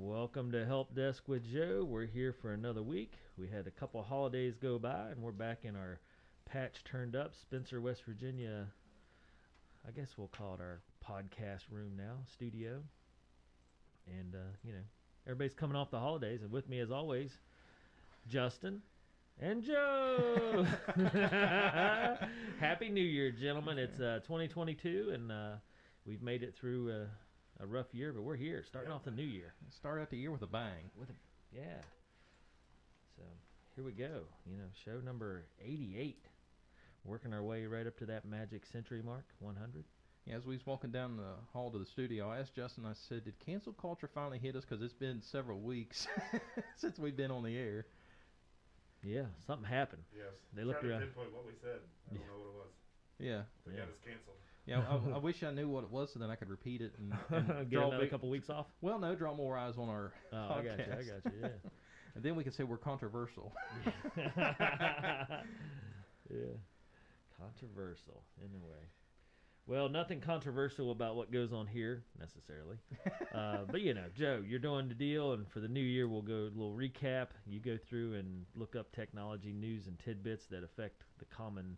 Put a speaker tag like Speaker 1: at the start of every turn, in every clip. Speaker 1: Welcome to Help Desk with Joe. We're here for another week. We had a couple holidays go by, and we're back in our patch turned up, Spencer, West Virginia. I guess we'll call it our podcast room now, studio. And uh, you know, everybody's coming off the holidays, and with me as always, Justin and Joe. Happy New Year, gentlemen! It's uh, 2022, and uh, we've made it through. Uh, a rough year, but we're here, starting off the new year.
Speaker 2: Start out the year with a bang.
Speaker 1: With a, yeah. So here we go. You know, show number 88. Working our way right up to that magic century mark, 100.
Speaker 2: Yeah, as we was walking down the hall to the studio, I asked Justin. I said, "Did cancel culture finally hit us? Because it's been several weeks since we've been on the air."
Speaker 1: Yeah, something happened.
Speaker 3: Yes.
Speaker 1: They looked
Speaker 3: Trying
Speaker 1: around.
Speaker 3: to pinpoint what we said. I don't know what it was.
Speaker 2: Yeah,
Speaker 3: They
Speaker 1: Yeah.
Speaker 3: got us canceled.
Speaker 2: yeah. I, I wish I knew what it was, so then I could repeat it and, and
Speaker 1: Get
Speaker 2: draw
Speaker 1: another
Speaker 2: big-
Speaker 1: couple weeks off.
Speaker 2: Well, no, draw more eyes on our
Speaker 1: Oh, I got
Speaker 2: podcast,
Speaker 1: you. I got you. Yeah.
Speaker 2: and then we can say we're controversial.
Speaker 1: yeah. Controversial, anyway. Well, nothing controversial about what goes on here necessarily, uh, but you know, Joe, you're doing the deal, and for the new year, we'll go a little recap. You go through and look up technology news and tidbits that affect the common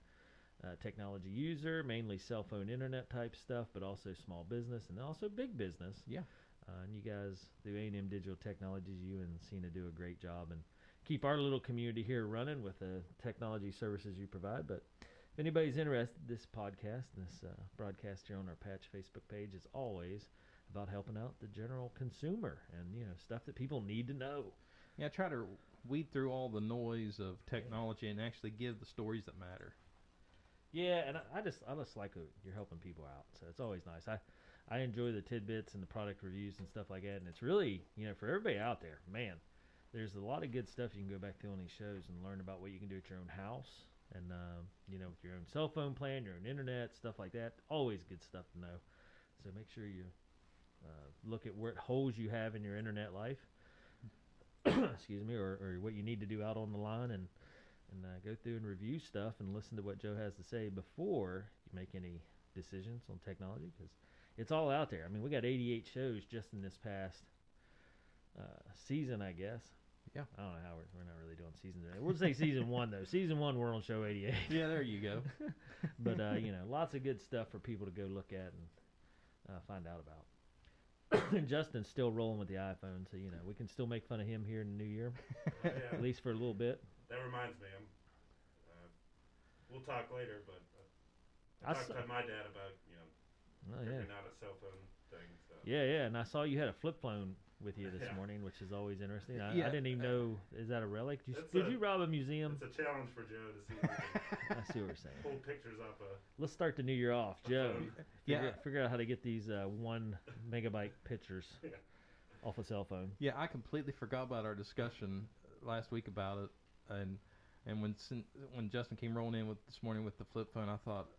Speaker 1: uh, technology user, mainly cell phone, internet type stuff, but also small business and also big business.
Speaker 2: Yeah.
Speaker 1: Uh, and you guys do A&M Digital Technologies. You and Cena do a great job and keep our little community here running with the technology services you provide. But if anybody's interested, this podcast, this uh, broadcast here on our Patch Facebook page is always about helping out the general consumer and you know stuff that people need to know.
Speaker 2: yeah, I try to weed through all the noise of technology and actually give the stories that matter.
Speaker 1: Yeah, and I, I just I just like uh, you're helping people out, so it's always nice. I I enjoy the tidbits and the product reviews and stuff like that, and it's really you know for everybody out there, man. There's a lot of good stuff you can go back to on these shows and learn about what you can do at your own house and um, you know with your own cell phone plan, your own internet, stuff like that. Always good stuff to know. So make sure you uh, look at what holes you have in your internet life, excuse me, or, or what you need to do out on the line and and uh, go through and review stuff and listen to what Joe has to say before you make any decisions on technology because it's all out there. I mean, we got 88 shows just in this past uh, season, I guess.
Speaker 2: Yeah.
Speaker 1: I don't know how we're, we're not really doing season today. We'll say season one, though. Season one, we're on show 88.
Speaker 2: Yeah, there you go.
Speaker 1: but, uh, you know, lots of good stuff for people to go look at and uh, find out about. and Justin's still rolling with the iPhone, so, you know, we can still make fun of him here in the new year,
Speaker 3: Oh, yeah.
Speaker 1: at least for a little bit.
Speaker 3: that reminds me. I'm, uh, we'll talk later, but uh,
Speaker 1: I
Speaker 3: I talked
Speaker 1: saw-
Speaker 3: to my dad about, you know,
Speaker 1: Oh, yeah.
Speaker 3: picking out a cell phone thing. So.
Speaker 1: Yeah, yeah, and I saw you had a flip phone with you this
Speaker 3: Yeah.
Speaker 1: morning, which is always interesting. I, I
Speaker 2: Yeah.
Speaker 1: didn't even know is that a relic? Did you,
Speaker 3: It's
Speaker 1: did
Speaker 3: a-
Speaker 1: you rob a museum?
Speaker 3: It's a challenge for Joe to see if he can
Speaker 1: I see what you're saying.
Speaker 3: pull pictures off a,
Speaker 1: Let's start the new year off,
Speaker 3: a
Speaker 1: Joe.
Speaker 3: phone.
Speaker 1: Figure,
Speaker 2: Yeah.
Speaker 1: figure out how to get these uh, one megabyte pictures
Speaker 3: Yeah.
Speaker 1: off a cell phone.
Speaker 2: Yeah, I completely forgot about our discussion uh, last week about it, and and when Sin- when Justin came rolling in with this morning with the flip phone, I thought,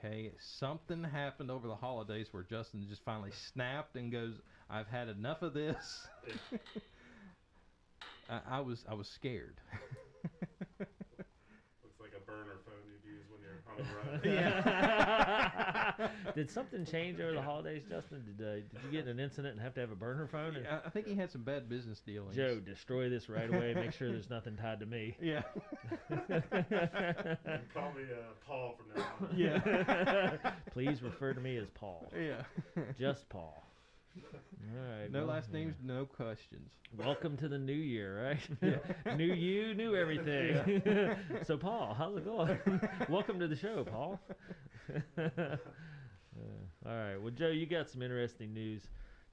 Speaker 2: okay, something happened over the holidays where Justin just finally snapped and goes, "I've had enough of this." I, I was I was scared.
Speaker 3: Looks like a burner phone you'd use when you're on the road.
Speaker 1: did something change over the holidays, Justin? Did uh, did you get in an incident and have to have a burner phone? And
Speaker 2: I, I think he had some bad business dealings.
Speaker 1: Joe, destroy this right away. Make sure there's nothing tied to me.
Speaker 2: Yeah.
Speaker 3: Call me uh, Paul from now on.
Speaker 2: Yeah.
Speaker 1: Please refer to me as Paul.
Speaker 2: yeah.
Speaker 1: Just Paul. All right.
Speaker 2: No
Speaker 1: well,
Speaker 2: last
Speaker 1: yeah.
Speaker 2: names, no questions.
Speaker 1: Welcome to the new year, right? new you, new everything. so, Paul, how's it going? Welcome to the show, Paul. Uh, all right. Well, Joe, you got some interesting news.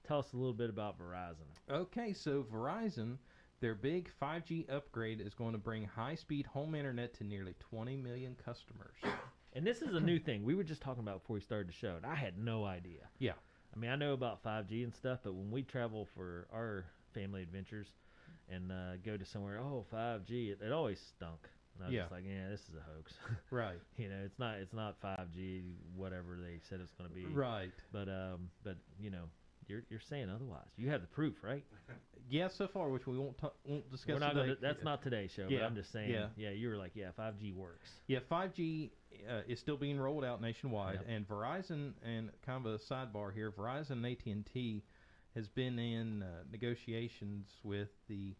Speaker 1: Tell us a little bit about Verizon.
Speaker 2: Okay, so Verizon, their big 5G upgrade is going to bring high speed home internet to nearly 20 million customers.
Speaker 1: And this is a new thing. We were just talking about before we started the show, and I had no idea.
Speaker 2: Yeah.
Speaker 1: I mean, I know about 5G and stuff, but when we travel for our family adventures and uh, go to somewhere, oh, 5G, it, it always stunk. And I was
Speaker 2: Yeah.
Speaker 1: just like, yeah, this is a hoax.
Speaker 2: Right.
Speaker 1: you know, it's not it's not 5G, whatever they said it's going to be.
Speaker 2: Right.
Speaker 1: But um, but you know, you're you're saying otherwise. You have the proof, right?
Speaker 2: Yeah, so far, which we won't, t- won't discuss
Speaker 1: We're not
Speaker 2: today.
Speaker 1: gonna, that's not today's show. But
Speaker 2: Yeah,
Speaker 1: I'm just saying. Yeah.
Speaker 2: yeah.
Speaker 1: you were like, yeah, 5G works.
Speaker 2: Yeah, 5G uh, is still being rolled out nationwide,
Speaker 1: Yep.
Speaker 2: and Verizon and kind of a sidebar here, Verizon and AT and T has been in uh, negotiations with the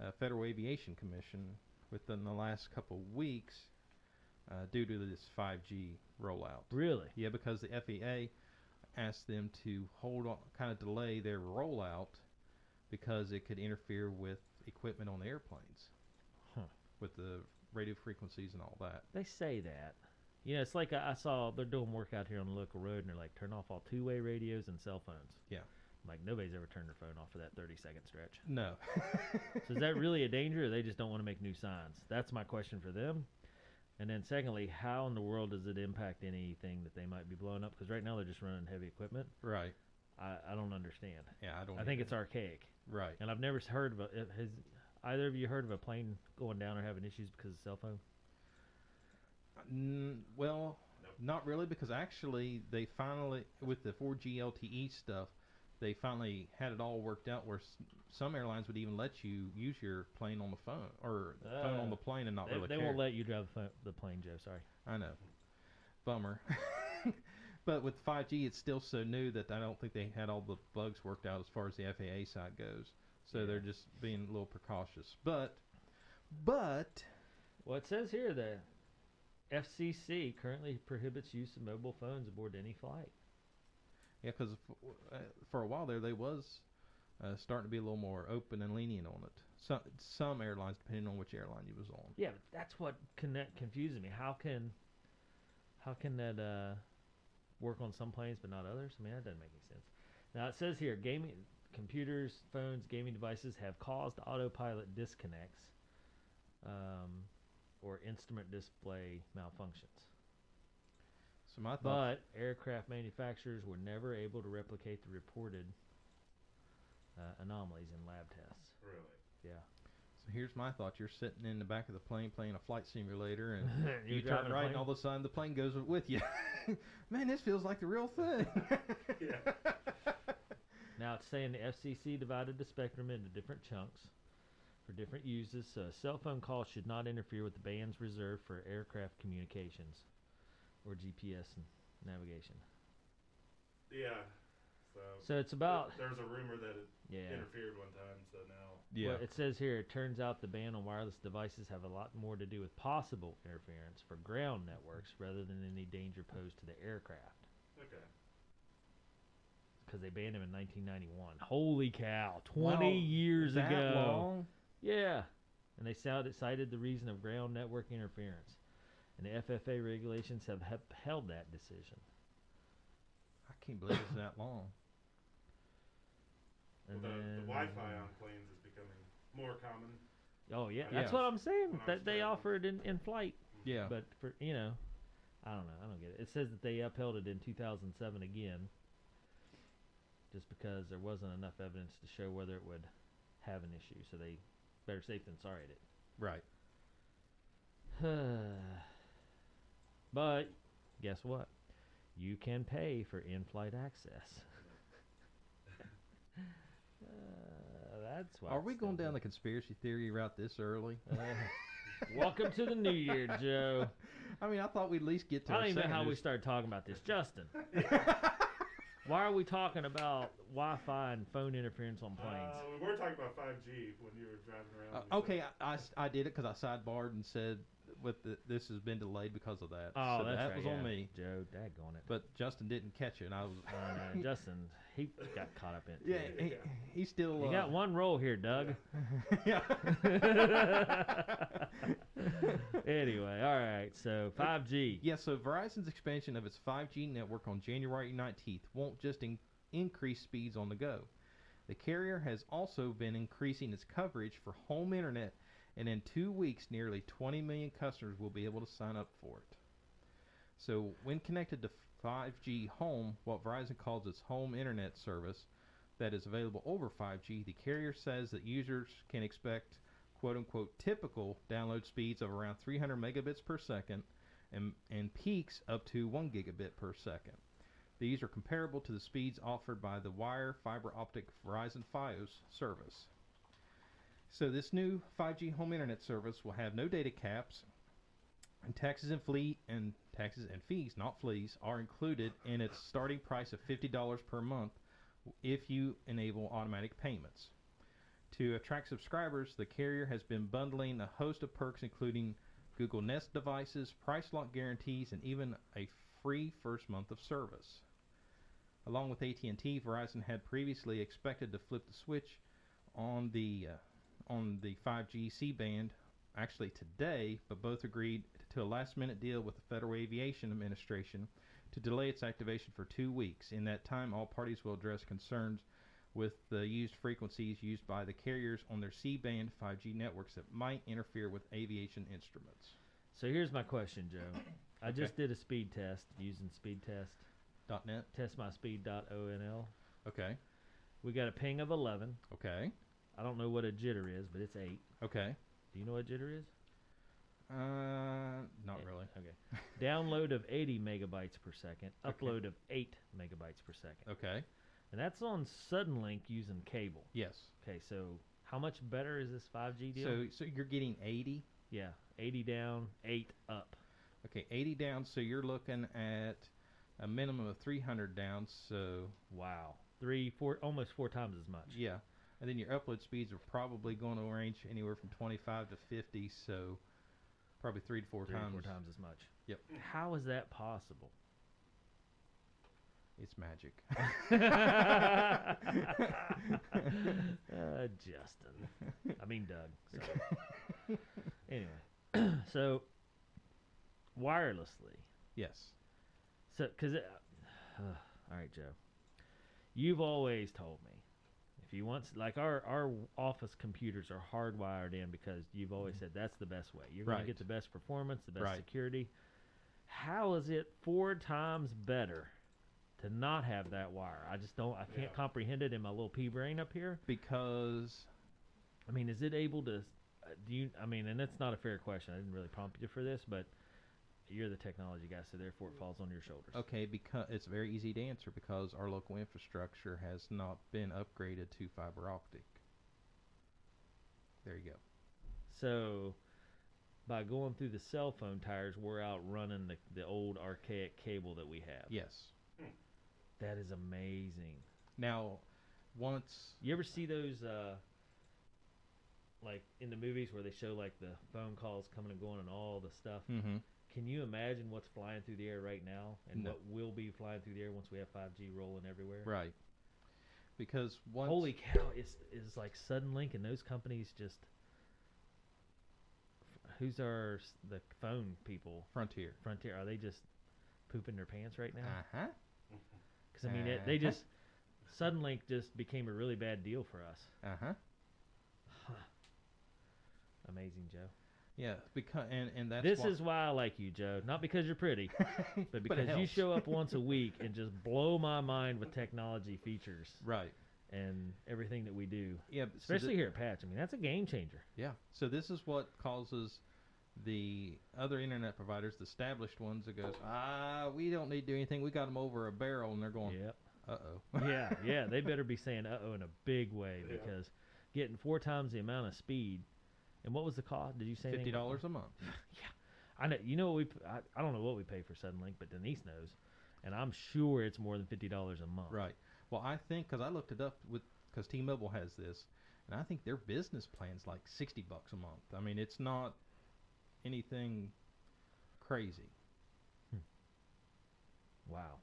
Speaker 2: uh, Federal Aviation Commission within the last couple weeks uh, due to this 5G rollout.
Speaker 1: Really?
Speaker 2: Yeah, because the FAA asked them to hold on, kind of delay their rollout because it could interfere with equipment on the airplanes,
Speaker 1: Huh.
Speaker 2: with the radio frequencies and all that.
Speaker 1: They say that. You know, it's like I, I saw they're doing work out here on the local road, and they're like, turn off all two-way radios and cell phones.
Speaker 2: Yeah.
Speaker 1: I'm like nobody's ever turned their phone off for that 30-second stretch.
Speaker 2: No.
Speaker 1: So is that really a danger, or they just don't want to make new signs? That's my question for them. And then secondly, how in the world does it impact anything that they might be blowing up? Because right now they're just running heavy equipment.
Speaker 2: right?
Speaker 1: I, I don't understand.
Speaker 2: Yeah, I don't.
Speaker 1: I think
Speaker 2: either.
Speaker 1: it's archaic,
Speaker 2: right.
Speaker 1: and I've never s- heard of a, if- has either of you heard of a plane going down or having issues because of cell phone?
Speaker 2: N- well,
Speaker 3: Nope.
Speaker 2: not really, because actually they finally with the 4G LTE E stuff, they finally had it all worked out where s- some airlines would even let you use your plane on the phone or phone
Speaker 1: Uh,
Speaker 2: on the plane and not
Speaker 1: They,
Speaker 2: really
Speaker 1: they
Speaker 2: care.
Speaker 1: won't let you drive the, pho- the plane, Joe. Sorry.
Speaker 2: I know, bummer. but with 5G, it's still so new that I don't think they had all the bugs worked out as far as the FAA side goes. So
Speaker 1: Yeah.
Speaker 2: they're just being a little precautious. But, but
Speaker 1: Well, it says here that FCC currently prohibits use of mobile phones aboard any flight.
Speaker 2: Yeah, because for a while there, they was uh, starting to be a little more open and lenient on it. Some some airlines, depending on which airline you was on.
Speaker 1: Yeah, but that's what connect confuses me. How can, how can that uh, work on some planes but not others? I mean, that doesn't make any sense. Now it says here, gaming computers, phones, gaming devices have caused autopilot disconnects, um, or instrument display malfunctions.
Speaker 2: So my thought,
Speaker 1: But aircraft manufacturers were never able to replicate the reported uh, anomalies in lab tests.
Speaker 3: Really?
Speaker 2: so here's my thought: you're sitting in the back of the plane playing a flight simulator, and
Speaker 1: You're
Speaker 2: you turn
Speaker 1: driving a
Speaker 2: right, and
Speaker 1: plane?
Speaker 2: all of a sudden the plane goes with you. Man, this feels like the real thing.
Speaker 3: Yeah.
Speaker 1: Now it's saying the FCC divided the spectrum into different chunks for different uses. So a cell phone calls should not interfere with the bands reserved for aircraft communications or GPS and navigation.
Speaker 3: Yeah. So,
Speaker 1: So it's
Speaker 3: there-
Speaker 1: about
Speaker 3: there was a rumor that it
Speaker 1: yeah.
Speaker 3: interfered one time, so now
Speaker 2: yeah,
Speaker 1: Well, it says here it turns out the ban on wireless devices have a lot more to do with possible interference for ground networks rather than any danger posed to the aircraft.
Speaker 3: okay.
Speaker 1: Because they banned them in 1991. Holy cow! 20
Speaker 2: Wow,
Speaker 1: years
Speaker 2: that
Speaker 1: ago.
Speaker 2: long?
Speaker 1: Yeah. And they sound- cited the reason of ground network interference. And the FFA regulations have upheld that decision.
Speaker 2: I can't believe it's that long.
Speaker 3: Well,
Speaker 1: And
Speaker 3: the, the
Speaker 1: then-
Speaker 3: Wi-Fi on planes is becoming more common.
Speaker 1: Oh yeah,
Speaker 3: When I
Speaker 1: that's
Speaker 2: was-
Speaker 1: what I'm saying.
Speaker 3: when I was
Speaker 1: That they
Speaker 3: traveling.
Speaker 1: offered in in flight,
Speaker 2: Yeah,
Speaker 1: but for you know, I don't know. I don't get it. It says that they upheld it in 2007 again, just because there wasn't enough evidence to show whether it would have an issue. So they better safe than sorry. Did.
Speaker 2: right.
Speaker 1: but guess what? You can pay for in-flight access. uh, that's why.
Speaker 2: Are we going down the conspiracy theory route this early?
Speaker 1: the? Uh, welcome to the new year, Joe.
Speaker 2: I mean, I thought we'd at least get to.
Speaker 1: I
Speaker 2: our
Speaker 1: don't even know how
Speaker 2: second
Speaker 1: we
Speaker 2: dis-
Speaker 1: started talking about this, Justin. Why are we talking about Wi-Fi and phone interference
Speaker 2: Oh,
Speaker 1: on planes?
Speaker 3: Uh, we were talking about 5G when you were driving around.
Speaker 2: Uh,
Speaker 3: and you
Speaker 2: okay,
Speaker 3: said-
Speaker 2: I, I s- I did it because I sidebarred and said with the, this has been delayed because of that.
Speaker 1: oh,
Speaker 2: so
Speaker 1: that's
Speaker 2: that
Speaker 1: right,
Speaker 2: was on
Speaker 1: yeah.
Speaker 2: me.
Speaker 1: Joe. Daggone it.
Speaker 2: But Justin didn't catch it, and I was.
Speaker 1: Uh, Justin, he got caught up in. it,
Speaker 2: yeah,
Speaker 1: too.
Speaker 2: he, he still.
Speaker 1: you
Speaker 2: uh,
Speaker 1: got one roll here, Doug.
Speaker 2: yeah.
Speaker 1: anyway, all right. So 5G.
Speaker 2: yeah. So Verizon's expansion of its 5G network on January 19th won't just in- increase speeds on the go. The carrier has also been increasing its coverage for home internet, and in two weeks, nearly 20 million customers will be able to sign up for it. So, when connected to 5G home, what Verizon calls its home internet service that is available over 5G, the carrier says that users can expect quote unquote typical download speeds of around 300 megabits per second and, and peaks up to 1 gigabit per second. These are comparable to the speeds offered by the Wire Fiber Optic Verizon Fios service. So, this new 5G home internet service will have no data caps, and taxes and fleet and taxes and fees, not fleas, are included in its starting price of $50 per month, if you enable automatic payments. To attract subscribers, the carrier has been bundling a host of perks, including Google Nest devices, price lock guarantees, and even a free first month of service. Along with AT&T, Verizon had previously expected to flip the switch on the uh, on the 5G C-band actually today, but both agreed to a last-minute deal with the Federal Aviation Administration to delay its activation for 2 weeks. In that time, all parties will address concerns with the used frequencies used by the carriers on their C-band 5G networks that might interfere with aviation instruments.
Speaker 1: So here's my question, Joe. I just did a speed test using speed test,
Speaker 2: .net.
Speaker 1: testmyspeed.onl.
Speaker 2: Okay.
Speaker 1: We got a ping of 11.
Speaker 2: Okay.
Speaker 1: I don't know what a jitter is, but it's 8.
Speaker 2: Okay.
Speaker 1: Do you know what jitter is?
Speaker 2: Uh, not
Speaker 1: Eh,
Speaker 2: really.
Speaker 1: Okay. Download of 80 megabytes per second,
Speaker 2: Okay.
Speaker 1: upload of 8 megabytes per second.
Speaker 2: Okay.
Speaker 1: And that's on Suddenlink using cable.
Speaker 2: Yes.
Speaker 1: Okay, so how much better is this 5G deal?
Speaker 2: So so you're getting 80.
Speaker 1: yeah, 80 down, 8 up.
Speaker 2: Okay, 80 down. So you're looking at a minimum of 300 down. So
Speaker 1: Wow. Three, four, almost four times as much.
Speaker 2: yeah, and then your upload speeds are probably going to range anywhere from 25 to 50. So probably three to four
Speaker 1: Three
Speaker 2: times.
Speaker 1: or four times as much.
Speaker 2: Yep.
Speaker 1: How is that possible?
Speaker 2: It's magic.
Speaker 1: uh, Justin. I mean Doug. sorry. anyway, so wirelessly.
Speaker 2: yes.
Speaker 1: So, because all right, Joe, you've always told me if you want, s- like our our office computers are hardwired in because you've always said that's the best way. You're going to
Speaker 2: Mm-hmm. Right.
Speaker 1: get the best performance, the best
Speaker 2: Right.
Speaker 1: security. How is it four times better to not have that wire? I just don't. I can't
Speaker 3: Yeah.
Speaker 1: comprehend it in my little pea brain up here.
Speaker 2: Because
Speaker 1: I mean, is it able to? uh, Do you? I mean, and that's not a fair question. I didn't really prompt you for this, but you're the technology guy, so therefore it falls on your shoulders.
Speaker 2: Mm. okay, because it's very easy to answer because our local infrastructure has not been upgraded to fiber optic. There you go.
Speaker 1: So, by going through the cell phone tires, we're out running the, the old archaic cable that we have.
Speaker 2: Yes.
Speaker 1: That is amazing.
Speaker 2: Now, once
Speaker 1: You ever see those, uh, like in the movies where they show like the phone calls coming and going and all the stuff?
Speaker 2: hmm
Speaker 1: Can you imagine what's flying through the air right now and
Speaker 2: No.
Speaker 1: what will be flying through the air once we have 5G rolling everywhere?
Speaker 2: Right. Because once
Speaker 1: Holy cow! Is is like Suddenlink and those companies just who's our s- the phone people
Speaker 2: frontier.
Speaker 1: Frontier? Are they just pooping their pants right now?
Speaker 2: Uh-huh.
Speaker 1: Because I mean, it, they
Speaker 2: uh-huh.
Speaker 1: just Suddenlink just became a really bad deal for us.
Speaker 2: Uh-huh.
Speaker 1: Amazing, Joe.
Speaker 2: Yeah, because and and that's
Speaker 1: this
Speaker 2: why-
Speaker 1: is why I like you, Joe. Not because you're pretty, but
Speaker 2: it
Speaker 1: because you
Speaker 2: helps.
Speaker 1: show up once a week and just blow my mind with technology features
Speaker 2: right.
Speaker 1: and everything that we do.
Speaker 2: Yeah, but- so thi-
Speaker 1: Especially here at Patch. I mean, that's a game changer.
Speaker 2: yeah. So this is what causes the other internet providers, the established ones, that goes, ah, we don't need to do anything. We got them over a barrel, and they're going,
Speaker 1: Yep.
Speaker 2: uh oh.
Speaker 1: yeah, yeah, they better be saying "uh oh" in a big way
Speaker 3: Yeah.
Speaker 1: because getting four times the amount of speed. And what was the cost? Did you say
Speaker 2: Fifty
Speaker 1: anything about-
Speaker 2: dollars a month.
Speaker 1: I know you know what we. p- I, I don't know what we pay for Suddenlink, but Denise knows, and I'm sure it's more than fifty dollars a month.
Speaker 2: Right. Well, I think because I looked it up with because T-Mobile has this, and I think their business plan's like sixty bucks a month. I mean, it's not anything crazy.
Speaker 1: Wow.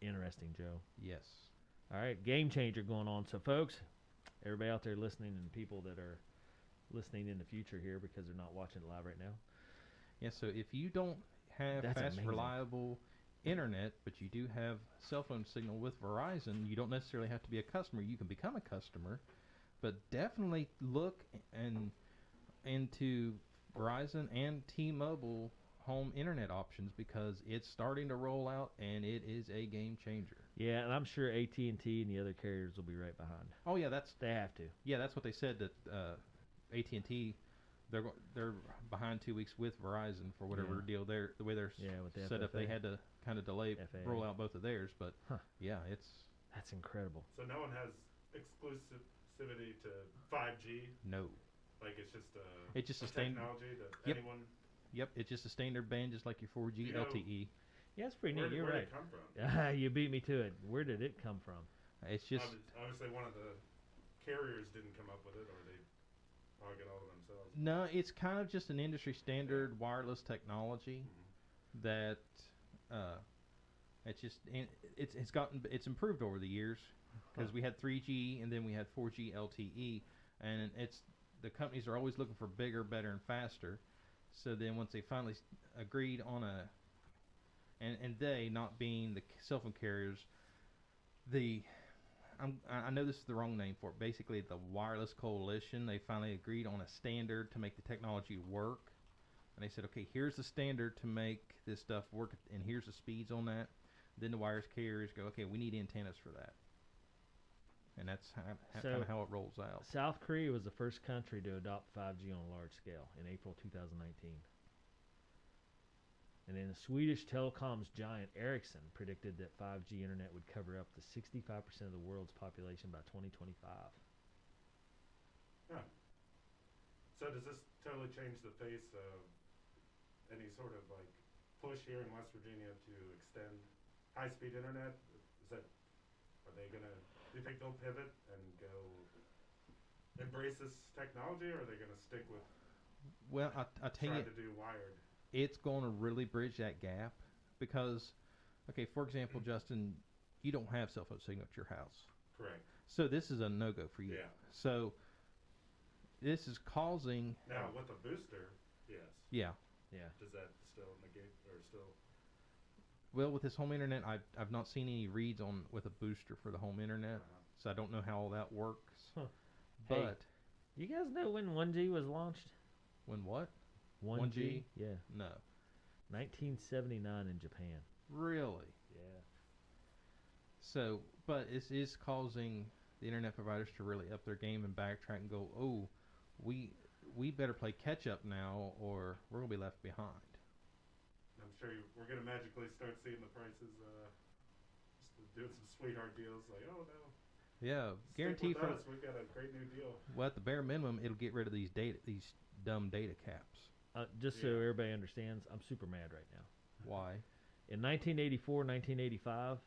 Speaker 1: Interesting, Joe.
Speaker 2: Yes.
Speaker 1: All right, game changer going on. So, folks, everybody out there listening and people that are listening in the future here because they're not watching it live right now.
Speaker 2: Yeah. So if you don't have
Speaker 1: That's
Speaker 2: fast,
Speaker 1: amazing.
Speaker 2: reliable internet, but you do have cell phone signal with Verizon, you don't necessarily have to be a customer. You can become a customer, but definitely look and into Verizon and T-Mobile home internet options because it's starting to roll out and it is a game changer.
Speaker 1: Yeah, and I'm sure AT and T and the other carriers will be right behind.
Speaker 2: Oh yeah, that's
Speaker 1: They have to.
Speaker 2: yeah, that's what they said that uh, AT and T they're go- they're behind two weeks with Verizon for whatever
Speaker 1: Yeah.
Speaker 2: deal they're the way they're s-
Speaker 1: Yeah, with the
Speaker 2: set up. They
Speaker 1: FFA.
Speaker 2: had to kind of delay
Speaker 1: FAA.
Speaker 2: roll out both of theirs, but
Speaker 1: Huh.
Speaker 2: yeah, it's
Speaker 1: That's incredible.
Speaker 3: So no one has exclusivity to 5G.
Speaker 2: no.
Speaker 3: Like it's just a,
Speaker 2: It just
Speaker 3: a
Speaker 2: sustained-
Speaker 3: technology that
Speaker 2: Yep.
Speaker 3: anyone.
Speaker 2: Yep, it's just a standard band, just like your 4G
Speaker 3: You know-
Speaker 2: LTE.
Speaker 1: Yeah, it's pretty
Speaker 3: where,
Speaker 1: neat. You're
Speaker 3: where
Speaker 1: right.
Speaker 3: did it come from?
Speaker 1: Ah, you beat me to it. Where did it come from?
Speaker 2: It's just
Speaker 3: Obvi- obviously, one of the carriers didn't come up with it, or they hog it all to themselves.
Speaker 2: no, it's kind of just an industry standard wireless technology
Speaker 3: Mm-hmm.
Speaker 2: that uh, it's just in- it's it's gotten it's improved over the years because
Speaker 1: Huh.
Speaker 2: we had 3G and then we had 4G LTE, and it's the companies are always looking for bigger, better, and faster. So then once they finally s- agreed on a and and they not being the c- cell phone carriers, the I'm, I I know this is the wrong name for it. Basically, the wireless coalition they finally agreed on a standard to make the technology work, and they said, okay, here's the standard to make this stuff work, and here's the speeds on that. Then the wireless carriers go, okay, we need antennas for that, and that's how, how,
Speaker 1: So-
Speaker 2: kinda how it rolls out.
Speaker 1: South Korea was the first country to adopt 5G on a large scale in April 2019. And then the Swedish telecoms giant Ericsson predicted that 5G internet would cover up to 65% of the world's population by 2025.
Speaker 3: So does this totally change the face of any sort of like push here in West Virginia to extend high-speed internet? Is that are they gonna? Do you think they'll pivot and go embrace this technology, or are they gonna stick with
Speaker 2: Well, I, I tell you,
Speaker 3: trying to do wired?
Speaker 2: it's going to really bridge that gap because, okay, for example, Justin, you don't have cell phone signal at your house.
Speaker 3: Correct.
Speaker 2: So this is a no go for you.
Speaker 3: Yeah.
Speaker 2: So this is causing,
Speaker 3: Now with a booster, yes.
Speaker 2: yeah.
Speaker 3: Does that still negate or still?
Speaker 2: Well, with this home internet, I've, I've not seen any reads on with a booster for the home internet,
Speaker 3: Uh,
Speaker 2: so I don't know how all that works.
Speaker 1: Huh.
Speaker 2: But
Speaker 1: Hey. You guys know when 1G was launched?
Speaker 2: when what? 1G?
Speaker 1: Yeah.
Speaker 2: No,
Speaker 1: 1979 in Japan.
Speaker 2: really.
Speaker 1: Yeah.
Speaker 2: So, but it is causing the internet providers to really up their game and backtrack and go, oh, we we better play catch up now, or we're gonna be left behind.
Speaker 3: I'm sure you, we're gonna magically start seeing the prices. Uh, s- doing some sweetheart deals, like oh no,
Speaker 2: Yeah, guarantee
Speaker 3: Stick with
Speaker 2: for
Speaker 3: us. We've got a great new deal.
Speaker 2: well, at the bare minimum, it'll get rid of these data these dumb data caps.
Speaker 1: Uh, just so
Speaker 3: Yeah.
Speaker 1: everybody understands, I'm super mad right now.
Speaker 2: Why?
Speaker 1: In 1984, 1985,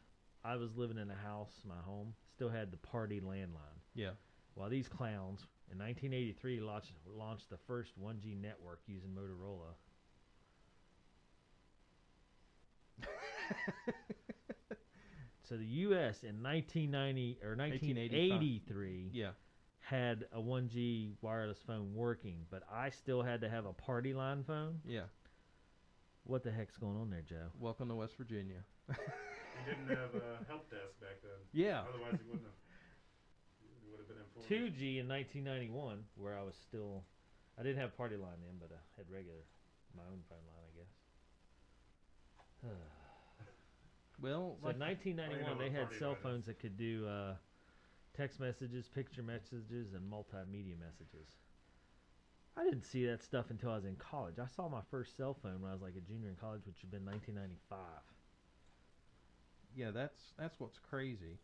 Speaker 1: I was living in a house, my home, still had the party landline.
Speaker 2: Yeah.
Speaker 1: While these clowns in 1983 launched, launched the first 1G network using Motorola. So the U.S. in 1990 or 1983
Speaker 2: yeah.
Speaker 1: had a 1G wireless phone working, but I still had to have a party line phone.
Speaker 2: Yeah.
Speaker 1: What the heck's going on there, Joe?
Speaker 2: Welcome to West Virginia.
Speaker 3: You didn't have a help desk back then.
Speaker 2: Yeah.
Speaker 3: Otherwise, you wouldn't have. You would have been informed.
Speaker 1: 2G in 1991, where I was still, I didn't have party line then, but I had regular, my own phone line, I guess.
Speaker 2: Well,
Speaker 1: so
Speaker 2: like,
Speaker 1: in 1991,
Speaker 3: know
Speaker 1: they
Speaker 3: what
Speaker 1: had
Speaker 3: party
Speaker 1: cell
Speaker 3: line is.
Speaker 1: phones that could do uh, text messages, picture messages, and multimedia messages. I didn't see that stuff until I was in college. I saw my first cell phone when I was like a junior in college, which had been 1995.
Speaker 2: yeah, that's that's what's crazy.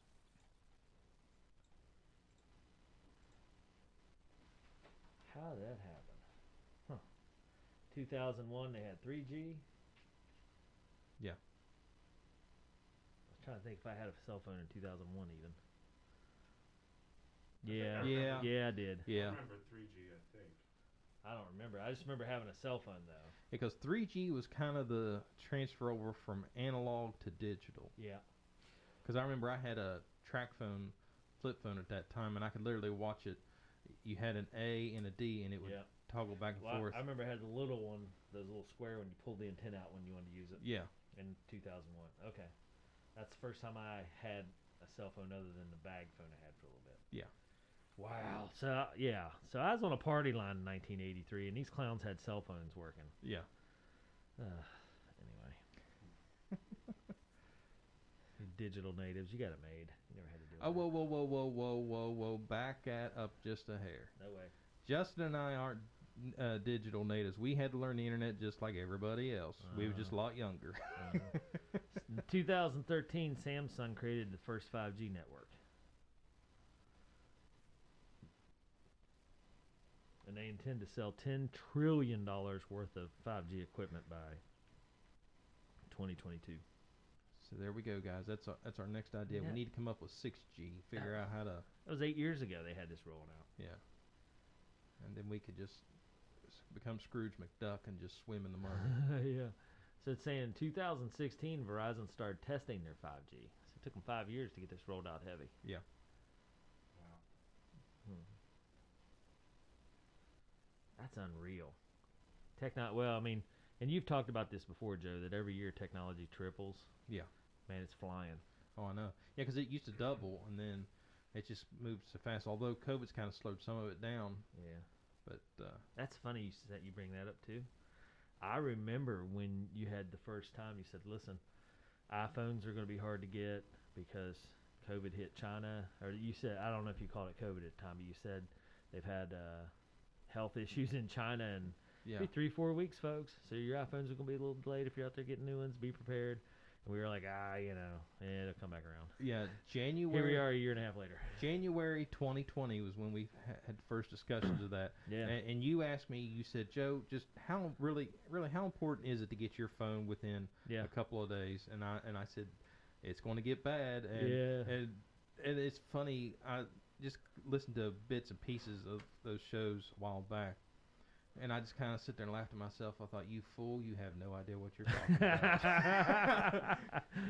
Speaker 1: How did that happen? Huh. 2001, they had 3G.
Speaker 2: Yeah.
Speaker 1: I was trying to think if I had a cell phone in 2001 even. Yeah.
Speaker 2: Yeah.
Speaker 1: Yeah, I did.
Speaker 2: Yeah.
Speaker 3: I remember 3G, I think.
Speaker 1: I don't remember. I just remember having a cell phone though.
Speaker 2: Because 3G was kind of the transfer over from analog to digital.
Speaker 1: Yeah.
Speaker 2: Because I remember I had a track phone, flip phone at that time, and I could literally watch it. You had an A and a D, and it would
Speaker 1: Yeah.
Speaker 2: toggle back and
Speaker 1: Well, I-
Speaker 2: forth.
Speaker 1: I, remember I had the little one, those little square when you pulled the antenna out when you wanted to use it
Speaker 2: yeah,
Speaker 1: in 2001. Okay. That's the first time I had a cell phone other than the bag phone I had for a little bit.
Speaker 2: Yeah.
Speaker 1: Wow. So uh, yeah. So I was on a party line in 1983, and these clowns had cell phones working.
Speaker 2: yeah.
Speaker 1: Ugh, anyway. You Digital natives, you got it made. You never had to do it.
Speaker 2: Oh, whoa, whoa, whoa, whoa, whoa, whoa, whoa. Back that up just a hair.
Speaker 1: No way.
Speaker 2: Justin and I aren't uh, digital natives. We had to learn the internet just like everybody else. We were
Speaker 1: Uh-huh.
Speaker 2: just a lot younger.
Speaker 1: Uh, in 2013, Samsung created the first 5G network. And they intend to sell $10 trillion worth of 5G equipment by 2022.
Speaker 2: So there we go, guys. That's our, that's our next idea.
Speaker 1: Yeah.
Speaker 2: We need to come up with 6G. Figure out how to
Speaker 1: That was eight years ago. They had this rolling out.
Speaker 2: yeah. And then we could just s- become Scrooge McDuck and just swim in the mud.
Speaker 1: yeah. So it's saying in 2016, Verizon started testing their 5G. So it took them five years to get this rolled out heavy.
Speaker 3: Wow.
Speaker 1: That's unreal. Techno. Well, I mean, and you've talked about this before, Joe. That every year technology triples.
Speaker 2: Yeah.
Speaker 1: Man, it's flying.
Speaker 2: oh, I know. Yeah, because it used to double, and then it just moved so fast. Although COVID's kind of slowed some of it down,
Speaker 1: Yeah.
Speaker 2: but uh,
Speaker 1: That's funny you, s- that you bring that up too. I remember when you had the first time you said, "Listen, iPhones are going to be hard to get because COVID hit China." Or you said, "I don't know if you called it COVID at the time, but you said they've had uh, health issues in China and
Speaker 2: yeah,
Speaker 1: be three, four weeks, folks. So your iPhones are going to be a little delayed if you're out there getting new ones. Be prepared." And we were like, "Ah, you know, eh, it'll come back around."
Speaker 2: yeah.
Speaker 1: Here we
Speaker 2: January
Speaker 1: are, a year and a half later.
Speaker 2: January 2020 was when we ha- had the first discussions of that.
Speaker 1: Yeah.
Speaker 2: And, and you asked me, you said, Joe, just how really, really, how important is it to get your phone within
Speaker 1: Yeah.
Speaker 2: a couple of days? And I and I said, it's going to get bad. And,
Speaker 1: Yeah.
Speaker 2: And and it's funny. I just listened to bits and pieces of those shows a while back, and I just kind of sit there and laugh to myself. I thought, you fool, you have no idea what you're talking about.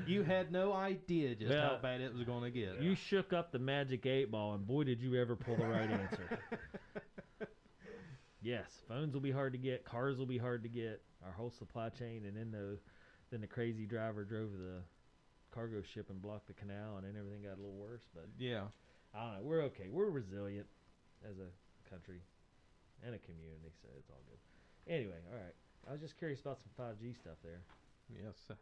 Speaker 2: you had no idea just how
Speaker 1: Yeah.
Speaker 2: bad it was going to get.
Speaker 1: You shook up the magic eight ball, and boy, did you ever pull the right answer. Yes, phones will be hard to get, cars will be hard to get, our whole supply chain, and then the then the crazy driver drove the cargo ship and blocked the canal, and then everything got a little worse. But
Speaker 2: yeah.
Speaker 1: I don't know, we're okay. We're resilient as a country and a community, so it's all good. Anyway, all right. I was just curious about some 5G stuff there.
Speaker 2: Yes.
Speaker 3: So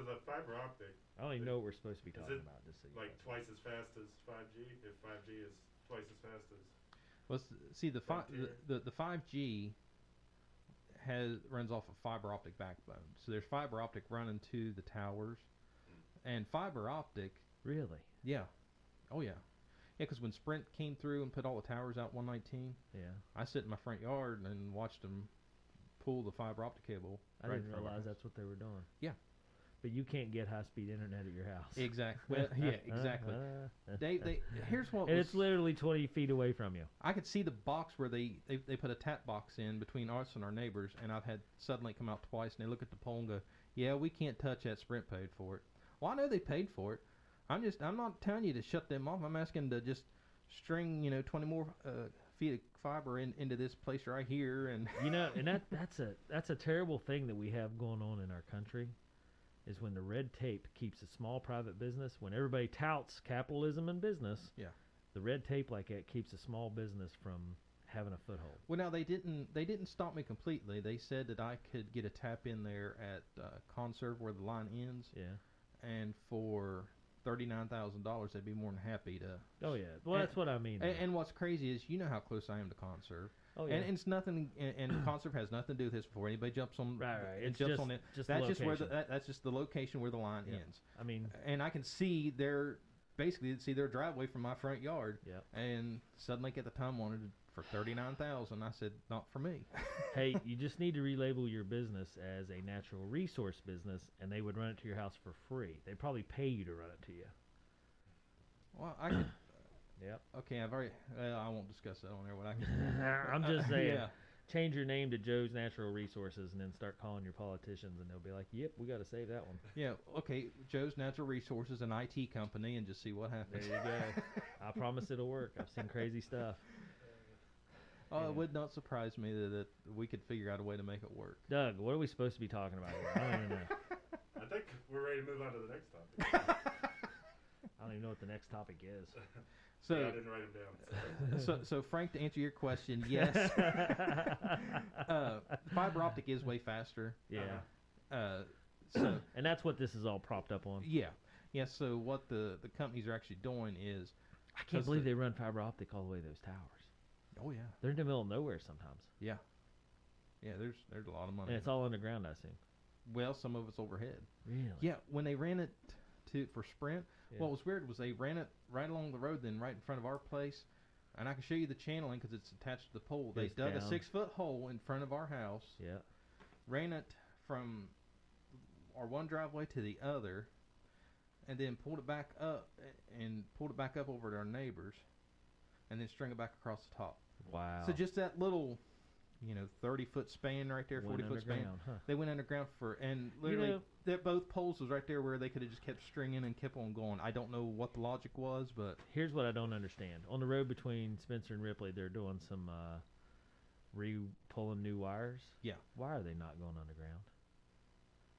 Speaker 3: the fiber optic,
Speaker 1: I don't even know what we're supposed to be
Speaker 3: Is
Speaker 1: talking
Speaker 3: it,
Speaker 1: about. Just so you
Speaker 3: like
Speaker 1: guys-
Speaker 3: twice as fast as 5G. If 5G is twice as fast as
Speaker 2: Well, s- see the fi- the,
Speaker 3: Frontier.
Speaker 2: the the five G has runs off a fiber optic backbone. So there's fiber optic running to the towers, and fiber optic.
Speaker 1: really?
Speaker 2: Yeah, oh yeah, yeah. Because when Sprint came through and put all the towers out 119,
Speaker 1: Yeah.
Speaker 2: I sit in my front yard and watched them pull the fiber optic cable.
Speaker 1: I
Speaker 2: right in
Speaker 1: didn't
Speaker 2: front of our
Speaker 1: realize
Speaker 2: house.
Speaker 1: that's what they were doing.
Speaker 2: Yeah.
Speaker 1: But you can't get high speed internet at your house.
Speaker 2: Exactly. Well, yeah, exactly. They they here's what
Speaker 1: and
Speaker 2: was,
Speaker 1: it's literally 20 feet away from you.
Speaker 2: I could see the box where they, they, they put a tap box in between us and our neighbors, and I've had Suddenlink come out twice, and they look at the poll and go, "Yeah, we can't touch that. Sprint paid for it." Well, I know they paid for it. I'm just I'm not telling you to shut them off. I'm asking to just string you know 20 more uh, feet of fiber in, into this place right here, and
Speaker 1: You know, and that that's a that's a terrible thing that we have going on in our country is when the red tape keeps a small private business when everybody touts capitalism and business.
Speaker 2: Yeah.
Speaker 1: The red tape like that keeps a small business from having a foothold.
Speaker 2: well now they didn't they didn't stop me completely. They said that I could get a tap in there at uh, Conserve where the line ends,
Speaker 1: Yeah.
Speaker 2: and for thirty nine thousand dollars, they'd be more than happy to
Speaker 1: Oh yeah. Well,
Speaker 2: And-
Speaker 1: that's what I mean.
Speaker 2: And,
Speaker 1: though.
Speaker 2: and what's crazy is you know how close I am to Conserve,
Speaker 1: oh yeah.
Speaker 2: and, and it's nothing. And, and Conserve has nothing to do with this before anybody jumps on.
Speaker 1: Right, right,
Speaker 2: and
Speaker 1: it's
Speaker 2: jumps
Speaker 1: just-
Speaker 2: on it.
Speaker 1: just the
Speaker 2: that's just where the,
Speaker 1: location.
Speaker 2: that, that's just the location where the line
Speaker 1: Yeah.
Speaker 2: ends,
Speaker 1: I mean,
Speaker 2: and I can see their basically see their driveway from my front yard.
Speaker 1: Yep.
Speaker 2: And suddenly at the time wanted it for thirty nine thousand. I said not for me.
Speaker 1: hey, you just need to relabel your business as a natural resource business, and they would run it to your house for free. They probably pay you to run it to you.
Speaker 2: Well, I could.
Speaker 1: Yep.
Speaker 2: Okay, I've already. Well, I won't discuss that on there. What I can.
Speaker 1: I'm just saying,
Speaker 2: yeah.
Speaker 1: change your name to Joe's Natural Resources, and then start calling your politicians, and they'll be like, "Yep, we got to save that one."
Speaker 2: Yeah. Okay. Joe's Natural Resources, an IT company, and just see what
Speaker 1: There
Speaker 2: happens.
Speaker 1: you go. I promise it'll work. I've seen crazy stuff.
Speaker 2: Oh,
Speaker 1: Yeah.
Speaker 2: it would not surprise me that, that we could figure out a way to make it work.
Speaker 1: Doug, what are we supposed to be talking about? Here? I don't even know.
Speaker 3: I think we're ready to move on to the next topic.
Speaker 1: I don't even know what the next topic is.
Speaker 2: So,
Speaker 3: yeah, I didn't write them down.
Speaker 2: so, so Frank, to answer your question, yes, uh, fiber optic is way faster.
Speaker 1: yeah,
Speaker 3: Uh-huh.
Speaker 2: Uh, so,
Speaker 1: and that's what this is all propped up on.
Speaker 2: yeah, yeah. So, what the the companies are actually doing is,
Speaker 1: I
Speaker 2: Because
Speaker 1: can't believe
Speaker 2: the-
Speaker 1: they run fiber optic all the way to those towers.
Speaker 2: oh yeah,
Speaker 1: They're in the middle of nowhere sometimes.
Speaker 2: yeah. There's there's a lot of money.
Speaker 1: And it's all underground, I assume.
Speaker 2: well, some of it's overhead.
Speaker 1: Really?
Speaker 2: Yeah, when they ran it to for Sprint,
Speaker 1: Yeah.
Speaker 2: what was weird was they ran it right along the road, then right in front of our place, and I can show you the channeling because it's attached to the pole. They
Speaker 1: It's
Speaker 2: dug a
Speaker 1: down.
Speaker 2: six foot hole in front of our house,
Speaker 1: Yeah.
Speaker 2: ran it from our one driveway to the other, and then pulled it back up a- and pulled it back up over to our neighbors, and then string it back across the top.
Speaker 1: Wow.
Speaker 2: So just that little, you know, thirty foot span right there,
Speaker 1: Went
Speaker 2: forty foot span.
Speaker 1: underground, huh.
Speaker 2: They went underground for and literally
Speaker 1: know-
Speaker 2: that both poles was right there where they could have just kept stringing and kept on going. I don't know what the logic was, but
Speaker 1: Here's what I don't understand. On the road between Spencer and Ripley, they're doing some uh, re pulling new wires.
Speaker 2: Yeah.
Speaker 1: Why are they not going underground? In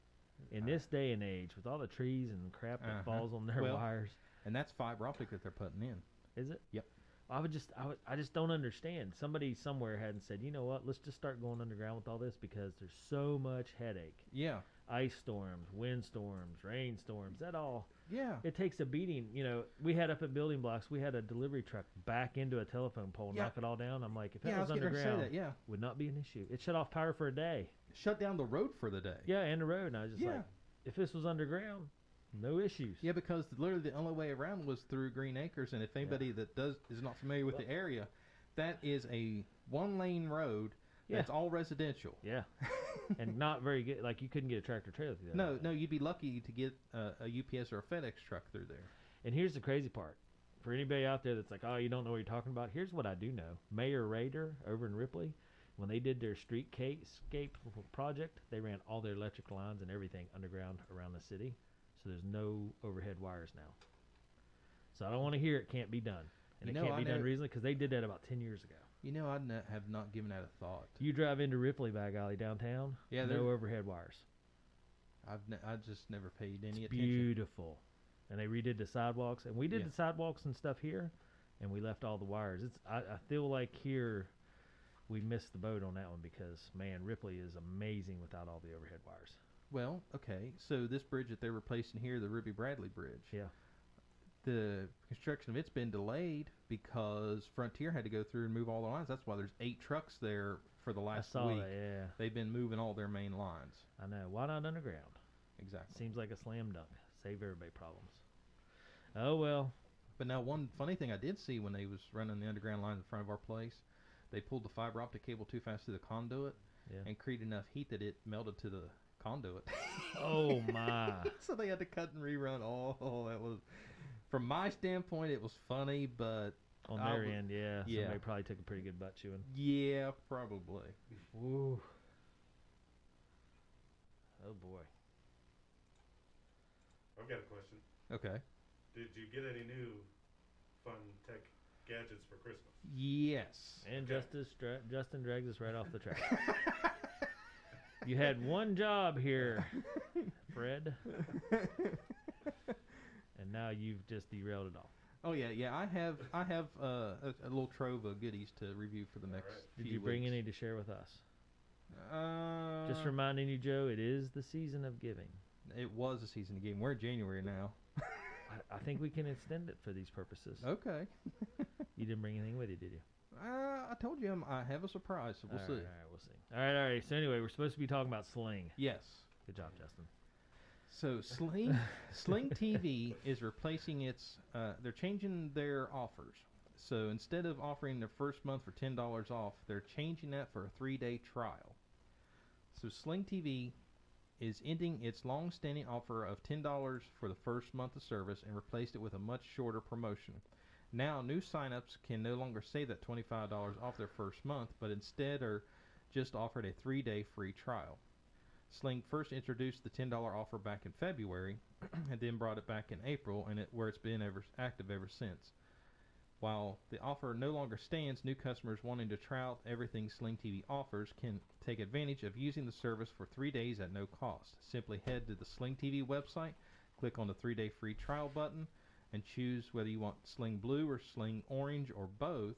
Speaker 2: Uh,
Speaker 1: this day and age, with all the trees and crap that
Speaker 2: Uh-huh.
Speaker 1: falls on their
Speaker 2: Well-
Speaker 1: wires,
Speaker 2: and that's fiber optic that they're putting in.
Speaker 1: is it?
Speaker 2: Yep.
Speaker 1: I would just, I, would, I just don't understand. Somebody somewhere hadn't said, you know what? Let's just start going underground with all this because there's so much headache.
Speaker 2: Yeah,
Speaker 1: Ice storms, wind storms, rain storms. That all
Speaker 2: yeah.
Speaker 1: it takes a beating. You know, we had up at Building Blocks, we had a delivery truck back into a telephone pole,
Speaker 2: Yeah.
Speaker 1: knock it all down. I'm like, if that
Speaker 2: yeah, I
Speaker 1: was,
Speaker 2: was gonna say
Speaker 1: underground,
Speaker 2: that. Yeah,
Speaker 1: would not be an issue. It shut off power for a day.
Speaker 2: shut down the road for the day.
Speaker 1: Yeah, and the road. And I was just
Speaker 2: Yeah.
Speaker 1: like, if this was underground, no issues.
Speaker 2: Yeah, because literally the only way around was through Green Acres, and if anybody that does is not familiar with
Speaker 1: Well-
Speaker 2: the area, that is a one lane road
Speaker 1: Yeah.
Speaker 2: that's all residential.
Speaker 1: Yeah. and not very good. Like you couldn't get a tractor trailer through that.
Speaker 2: No, no, you'd be lucky to get uh, a UPS or a FedEx truck through there.
Speaker 1: And here's the crazy part. For anybody out there that's like, oh, you don't know what you're talking about, here's what I do know. Mayor Raider over in Ripley, when they did their streetscape project, they ran all their electric lines and everything underground around the city. So there's no overhead wires now. So I don't want to hear it can't be done. And
Speaker 2: You
Speaker 1: it
Speaker 2: know,
Speaker 1: can't
Speaker 2: I
Speaker 1: be done
Speaker 2: know-
Speaker 1: reasonably because they did that about 10 years ago.
Speaker 2: You know, I n- have not given that a thought.
Speaker 1: You drive into Ripley by golly downtown,
Speaker 2: Yeah,
Speaker 1: no
Speaker 2: there-
Speaker 1: overhead wires.
Speaker 2: I've n- I just never paid any
Speaker 1: It's
Speaker 2: attention.
Speaker 1: beautiful. And they redid the sidewalks, and we did
Speaker 2: Yeah.
Speaker 1: the sidewalks and stuff here, and we left all the wires. It's I, I feel like here we missed the boat on that one because man, Ripley is amazing without all the overhead wires.
Speaker 2: Well, okay, so this bridge that they're replacing here, the Ruby Bradley Bridge.
Speaker 1: Yeah.
Speaker 2: The construction of it's been delayed because Frontier had to go through and move all the lines. That's why there's eight trucks there for the last
Speaker 1: I saw
Speaker 2: week.
Speaker 1: that. Yeah,
Speaker 2: They've been moving all their main lines.
Speaker 1: I know. Why not underground?
Speaker 2: Exactly.
Speaker 1: Seems like a slam dunk. Save everybody problems. Oh well.
Speaker 2: But now, one funny thing I did see when they was running the underground line in front of our place, they pulled the fiber optic cable too fast through the conduit
Speaker 1: Yeah.
Speaker 2: and created enough heat that it melted to the conduit.
Speaker 1: Oh my.
Speaker 2: so they had to cut and rerun. Oh, that was, from my standpoint, it was funny, but
Speaker 1: On
Speaker 2: I
Speaker 1: their
Speaker 2: would-
Speaker 1: end, yeah.
Speaker 2: yeah.
Speaker 1: Somebody probably took a pretty good butt chewing.
Speaker 2: yeah, probably.
Speaker 1: Ooh. Oh boy.
Speaker 3: I've got a question.
Speaker 2: Okay.
Speaker 3: Did you get any new fun tech gadgets for Christmas?
Speaker 2: Yes.
Speaker 1: And
Speaker 3: Okay.
Speaker 1: Justice dra- Justin drags us right off the track. you had one job here, Fred, and now you've just derailed it all.
Speaker 2: oh yeah, yeah. I have I have uh, a, a little trove of goodies to review for the next.
Speaker 3: Alright.
Speaker 1: Did
Speaker 2: few
Speaker 1: you bring
Speaker 2: weeks.
Speaker 1: any to share with us?
Speaker 2: Uh,
Speaker 1: just reminding you, Joe, it is the season of giving.
Speaker 2: It was a season of game. We're in January now.
Speaker 1: I, I think we can extend it for these purposes.
Speaker 2: Okay.
Speaker 1: You didn't bring anything with you, did you?
Speaker 2: Uh, I told you I'm, I have a surprise, so we'll
Speaker 1: all
Speaker 2: see.
Speaker 1: right, all right, we'll see. All right, all right. So anyway, we're supposed to be talking about Sling.
Speaker 2: Yes.
Speaker 1: Good job, Justin.
Speaker 2: So Sling Sling TV is replacing its. Uh, they're changing their offers. So instead of offering the first month for ten dollars off, they're changing that for a three-day trial. So Sling TV is ending its long-standing offer of ten dollars for the first month of service and replaced it with a much shorter promotion. Now new sign-ups can no longer save that twenty-five dollars off their first month, but instead are just offered a three-day free trial. Sling first introduced the $10 offer back in February and then brought it back in April, and it, where it's been ever, active ever since. While the offer no longer stands, new customers wanting to try out everything Sling TV offers can take advantage of using the service for three days at no cost. Simply head to the Sling TV website, click on the three day free trial button, and choose whether you want Sling Blue or Sling Orange or both,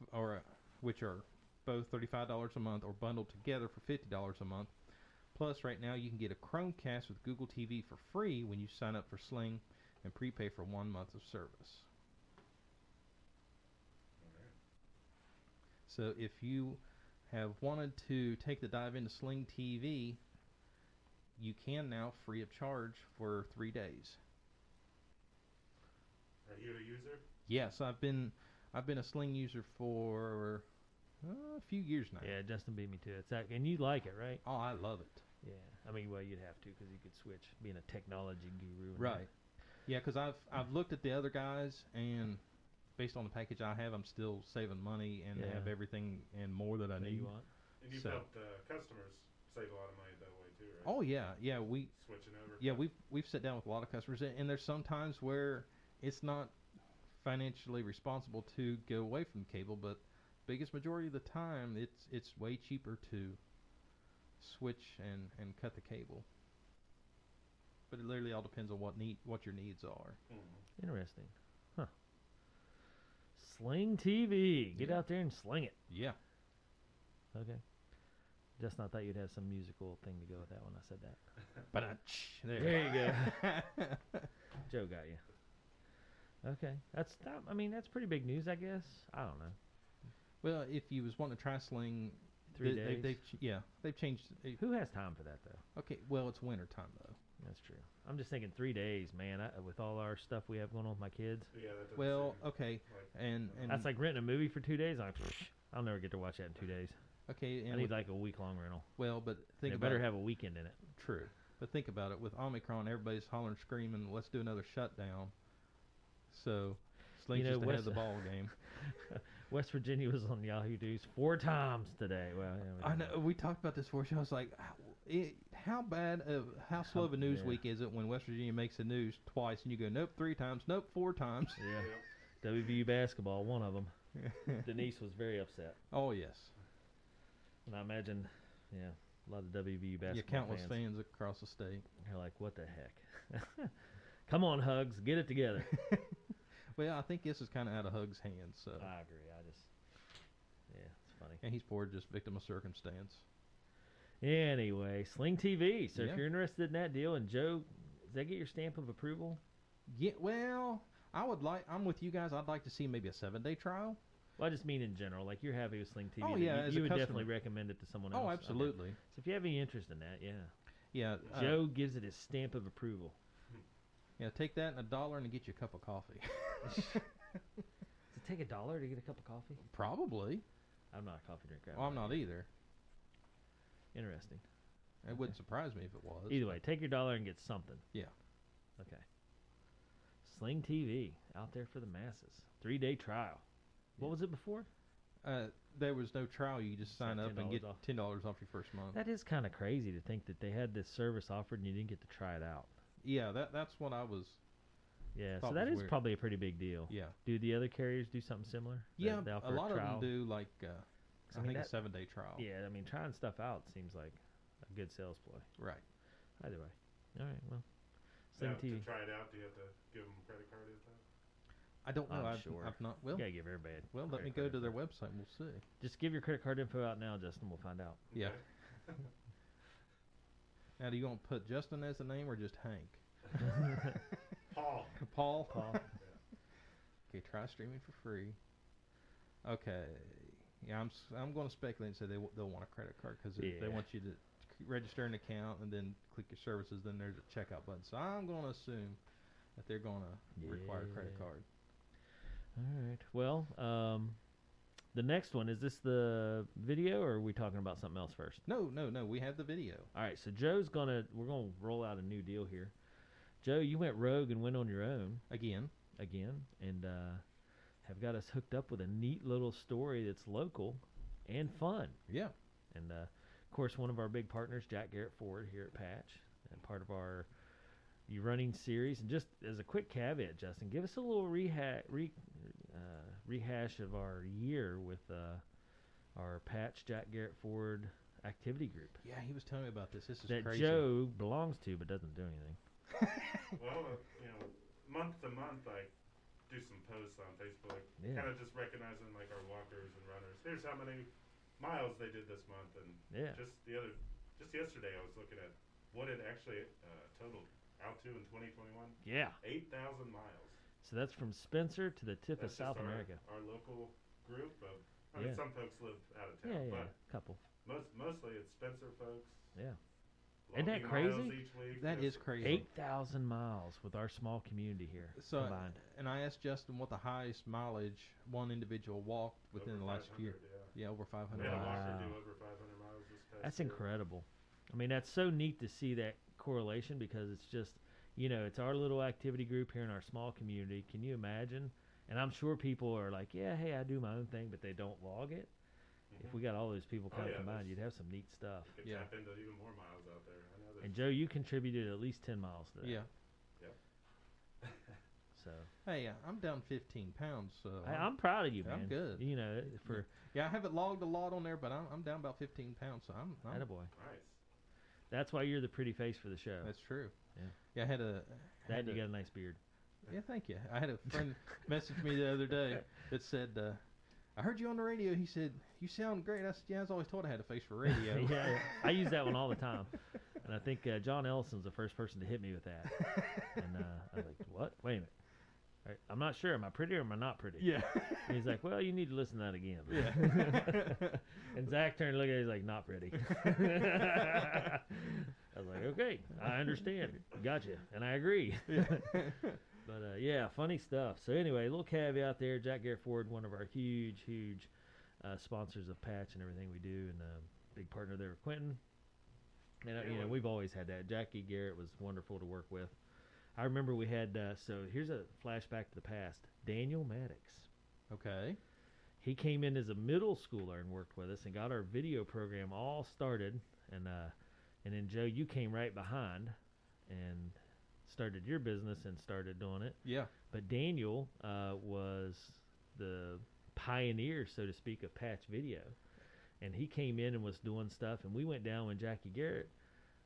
Speaker 2: f- or uh, which are both $35 a month or bundled together for $50 a month. Plus, right now you can get a Chromecast with Google TV for free when you sign up for Sling and prepay for one month of service. So if you have wanted to take the dive into Sling TV, you can now free of charge for three days.
Speaker 3: Are you a user?
Speaker 2: Yes, I've been I've been a Sling user for uh, a few years now.
Speaker 1: Yeah, Justin beat me to it. It's that- and you like it, right?
Speaker 2: Oh, I love it.
Speaker 1: Yeah. I mean, well, you'd have to because you could switch being a technology guru. and
Speaker 2: Right. Yeah, because I've I've looked at the other guys, and based on the package I have, I'm still saving money and
Speaker 1: Yeah.
Speaker 2: have everything and more that I
Speaker 1: that
Speaker 2: need.
Speaker 1: you want.
Speaker 3: And you've
Speaker 2: So-
Speaker 3: helped uh, customers save a lot of money that way too, right?
Speaker 2: Oh yeah, yeah we
Speaker 3: Switching over.
Speaker 2: yeah we've we've sat down with a lot of customers, and, and there's some times where it's not financially responsible to go away from cable, but biggest majority of the time, it's it's way cheaper to switch and and cut the cable. But it literally all depends on what need what your needs are.
Speaker 3: Mhm.
Speaker 1: Interesting. Huh. Sling TV. Get
Speaker 2: Yeah.
Speaker 1: out there and sling it.
Speaker 2: Yeah.
Speaker 1: Okay. Just not thought you'd have some musical thing to go with that when I said that.
Speaker 2: But
Speaker 1: There
Speaker 2: you go.
Speaker 1: Joe got you. Okay, that's that. I mean, that's pretty big news, I guess. I don't know.
Speaker 2: well, if you was wanting to try sling,
Speaker 1: Three
Speaker 2: they,
Speaker 1: days.
Speaker 2: They, have yeah, they've changed. they-
Speaker 1: Who has time for that though?
Speaker 2: okay, well, it's winter time though.
Speaker 1: That's true. I'm just thinking three days, man. I, with all our stuff we have going on with my kids,
Speaker 3: Yeah, that doesn't
Speaker 2: Well,
Speaker 3: seem
Speaker 2: okay,
Speaker 3: like-
Speaker 2: and and
Speaker 1: that's like renting a movie for two days. I'm, I'll never get to watch that in two days.
Speaker 2: okay,
Speaker 1: I
Speaker 2: and
Speaker 1: need
Speaker 2: with-
Speaker 1: like a week long rental.
Speaker 2: well, but
Speaker 1: They
Speaker 2: think about
Speaker 1: better
Speaker 2: it.
Speaker 1: have a weekend in it.
Speaker 2: true. But think about it. With Omicron, everybody's hollering, screaming, "Let's do another shutdown." So, Sling's
Speaker 1: know,
Speaker 2: just ahead
Speaker 1: Wes-
Speaker 2: of the ball game.
Speaker 1: West Virginia was on Yahoo News four times today. Well, yeah, we
Speaker 2: I
Speaker 1: don't
Speaker 2: know we talked about this before. So I was like, how, it, how bad of how slow of a news
Speaker 1: yeah.
Speaker 2: week is it when West Virginia makes the news twice and you go, nope, three times, nope, four times.
Speaker 1: Yeah,
Speaker 3: Yep.
Speaker 1: WVU basketball, one of them. Denise was very upset,
Speaker 2: oh yes,
Speaker 1: and I imagine, yeah, a lot of WVU basketball
Speaker 2: yeah, countless
Speaker 1: fans.
Speaker 2: fans across the state.
Speaker 1: You're like, what the heck? Come on, Hugs, get it together.
Speaker 2: Well, I think this is kind of out of Hug's hands, so.
Speaker 1: I agree. I just, yeah, it's funny.
Speaker 2: and he's poor, just victim of circumstance.
Speaker 1: Anyway, Sling TV. So
Speaker 2: Yeah.
Speaker 1: if you're interested in that deal, and Joe, does that get your stamp of approval?
Speaker 2: Yeah, well, I would like. I'm with you guys. I'd like to see maybe a seven day trial.
Speaker 1: Well, I just mean in general. Like you're happy with Sling TV.
Speaker 2: Oh,
Speaker 1: that you-
Speaker 2: yeah,
Speaker 1: you,
Speaker 2: as a
Speaker 1: would
Speaker 2: customer.
Speaker 1: definitely recommend it to someone else.
Speaker 2: Oh,
Speaker 1: Okay.
Speaker 2: absolutely.
Speaker 1: So if you have any interest in that, yeah,
Speaker 2: Yeah, uh,
Speaker 1: Joe gives it his stamp of approval.
Speaker 2: yeah. Take that and a dollar and get you a cup of coffee.
Speaker 1: Does it take a dollar to get a cup of coffee?
Speaker 2: Probably.
Speaker 1: I'm not a coffee drinker. I
Speaker 2: Well, I'm
Speaker 1: don't know.
Speaker 2: not either.
Speaker 1: Interesting.
Speaker 2: It wouldn't surprise me if it was.
Speaker 1: Either way, take your dollar and get something.
Speaker 2: Yeah.
Speaker 1: Okay. Sling TV out there for the masses. Three day trial. What
Speaker 2: Yeah.
Speaker 1: was it before?
Speaker 2: Uh, there was no trial. You just
Speaker 1: It's like
Speaker 2: sign up and
Speaker 1: $10
Speaker 2: get
Speaker 1: off.
Speaker 2: ten dollars off your first month.
Speaker 1: That is kind of crazy to think that they had this service offered and you didn't get to try it out.
Speaker 2: yeah, that that's what I was.
Speaker 1: Yeah, so
Speaker 2: Thought
Speaker 1: that
Speaker 2: was
Speaker 1: is
Speaker 2: weird.
Speaker 1: probably a pretty big deal.
Speaker 2: Yeah,
Speaker 1: Do the other carriers do something similar? They-
Speaker 2: yeah.
Speaker 1: they offer
Speaker 2: A lot of them
Speaker 1: trial?
Speaker 2: do like. Uh,
Speaker 1: I
Speaker 2: I,
Speaker 1: mean,
Speaker 2: think a
Speaker 1: that-
Speaker 2: seven day trial.
Speaker 1: Yeah, I mean, trying stuff out seems like a good sales ploy.
Speaker 2: Right.
Speaker 1: Either way. All right, well, Sling
Speaker 3: Now,
Speaker 1: TV.
Speaker 3: To try it out, do you have to give them credit card at that?
Speaker 2: I don't know.
Speaker 1: I'm
Speaker 2: I've,
Speaker 1: sure.
Speaker 2: I've not. Well,
Speaker 1: gotta give everybody. a
Speaker 2: well. Let
Speaker 1: credit
Speaker 2: me
Speaker 1: card
Speaker 2: go to their
Speaker 1: info.
Speaker 2: website. and We'll see.
Speaker 1: Just give your credit card info out now, Justin. We'll find out.
Speaker 2: Yeah.
Speaker 3: Okay.
Speaker 2: Now, do you want to put Justin as the name or just Hank?
Speaker 3: Paul.
Speaker 2: Paul.
Speaker 1: Paul.
Speaker 2: Okay, try streaming for free. Okay. Yeah, I'm s- I'm going to speculate and say they w- they'll want a credit card because
Speaker 1: Yeah.
Speaker 2: they want you to c- register an account and then click your services. Then there's a checkout button. So I'm going to assume that they're going to require a credit
Speaker 1: Yeah.
Speaker 2: card.
Speaker 1: All right. Well, um, the next one is this the video, or are we talking about something else first?
Speaker 2: No, no, no. We have the video.
Speaker 1: All right. So Joe's gonna we're gonna roll out a new deal here. Joe, you went rogue and went on your own
Speaker 2: Again,
Speaker 1: again, and uh, have got us hooked up with a neat little story that's local and fun.
Speaker 2: yeah.
Speaker 1: And uh, of course, one of our big partners, Jack Garrett Ford, here at Patch, and part of our you running series. And just as a quick caveat, Justin, give us a little reha- re- uh, rehash of our year with uh, our Patch Jack Garrett Ford activity group
Speaker 2: Yeah, he was telling me about this. This is
Speaker 1: that
Speaker 2: crazy.
Speaker 1: Joe belongs to but doesn't do anything.
Speaker 3: Well, uh, you know, month to month, I do some posts on Facebook,
Speaker 1: Yeah.
Speaker 3: kind of just recognizing like our walkers and runners. Here's how many miles they did this month, and
Speaker 1: Yeah.
Speaker 3: just the other, just yesterday, I was looking at what it actually uh, totaled out to in 2021.
Speaker 1: Yeah.
Speaker 3: 8,000 miles.
Speaker 1: So that's from Spencer to the tip of
Speaker 3: That's
Speaker 1: South
Speaker 3: just our,
Speaker 1: America.
Speaker 3: Our local group of, I mean,
Speaker 1: Yeah.
Speaker 3: some folks live out of
Speaker 1: Yeah,
Speaker 3: town,
Speaker 1: yeah,
Speaker 3: but
Speaker 1: a couple.
Speaker 3: most mostly it's Spencer folks.
Speaker 1: Yeah. Isn't that
Speaker 3: logging miles
Speaker 1: crazy?
Speaker 3: Each week,
Speaker 2: That is
Speaker 3: just-
Speaker 2: crazy.
Speaker 1: Eight thousand miles with our small community here
Speaker 2: So,
Speaker 1: combined.
Speaker 2: and I asked Justin what the highest mileage one individual walked within
Speaker 3: over
Speaker 2: the last year.
Speaker 3: 500, Yeah.
Speaker 2: Yeah, over 500
Speaker 3: We had a
Speaker 2: miles.
Speaker 3: walker do
Speaker 1: Wow.
Speaker 3: over 500 miles this past
Speaker 1: That's
Speaker 3: year.
Speaker 1: incredible. I mean, that's so neat to see that correlation because it's just, you know, it's our little activity group here in our small community. Can you imagine? And I'm sure people are like, yeah, hey, I do my own thing, but they don't log it. If
Speaker 3: Mhm.
Speaker 1: we got all those people
Speaker 3: Oh,
Speaker 1: kind of
Speaker 3: yeah,
Speaker 1: combined,
Speaker 3: that's-
Speaker 1: you'd have some neat stuff.
Speaker 3: Could
Speaker 2: Yeah.
Speaker 3: tap into even more miles out there. I know
Speaker 1: And
Speaker 3: there's
Speaker 1: Joe, you contributed at least ten miles to that.
Speaker 2: Yeah.
Speaker 1: So
Speaker 2: Hey, uh, I'm down 15 pounds. So
Speaker 1: I, I'm proud of you, man.
Speaker 2: I'm good.
Speaker 1: You know, for
Speaker 2: yeah, I haven't logged a lot on there, but I'm, I'm down about 15 pounds. So I'm. I'm
Speaker 1: attaboy.
Speaker 3: nice.
Speaker 1: That's why you're the pretty face for the show.
Speaker 2: that's true.
Speaker 1: Yeah.
Speaker 2: Yeah, I had a.
Speaker 1: that
Speaker 2: had
Speaker 1: and you
Speaker 2: a-
Speaker 1: got a nice beard.
Speaker 2: Yeah, thank you. I had a friend message me the other day that said, uh, "I heard you on the radio." He said, "You sound great." I said, "Yeah, I was always told I had a face for radio."
Speaker 1: yeah, I use that one all the time, and I think uh, John Ellison's the first person to hit me with that. And uh, I was like, "What? Wait a minute. All right, I'm not sure. Am I pretty or am I not pretty?"
Speaker 2: yeah.
Speaker 1: And he's like, "Well, you need to listen to that again."
Speaker 2: yeah.
Speaker 1: and Zach turned to look at it. He's like, "Not pretty." I was like, "Okay, I understand. Gotcha, and I agree." But uh, yeah, funny stuff. So anyway, little caveat there. Jack Garrett Ford, one of our huge, huge uh, sponsors of Patch and everything we do, and uh, big partner there with Quentin. And uh, you know,
Speaker 3: Yeah.
Speaker 1: we've always had that. Jackie Garrett was wonderful to work with. I remember we had. Uh, so here's a flashback to the past. Daniel Maddox.
Speaker 2: okay.
Speaker 1: He came in as a middle schooler and worked with us and got our video program all started. And uh, and then Joe, you came right behind, and started your business and started doing it.
Speaker 2: Yeah.
Speaker 1: But Daniel uh, was the pioneer, so to speak, of patch video. And he came in and was doing stuff. And we went down when Jackie Garrett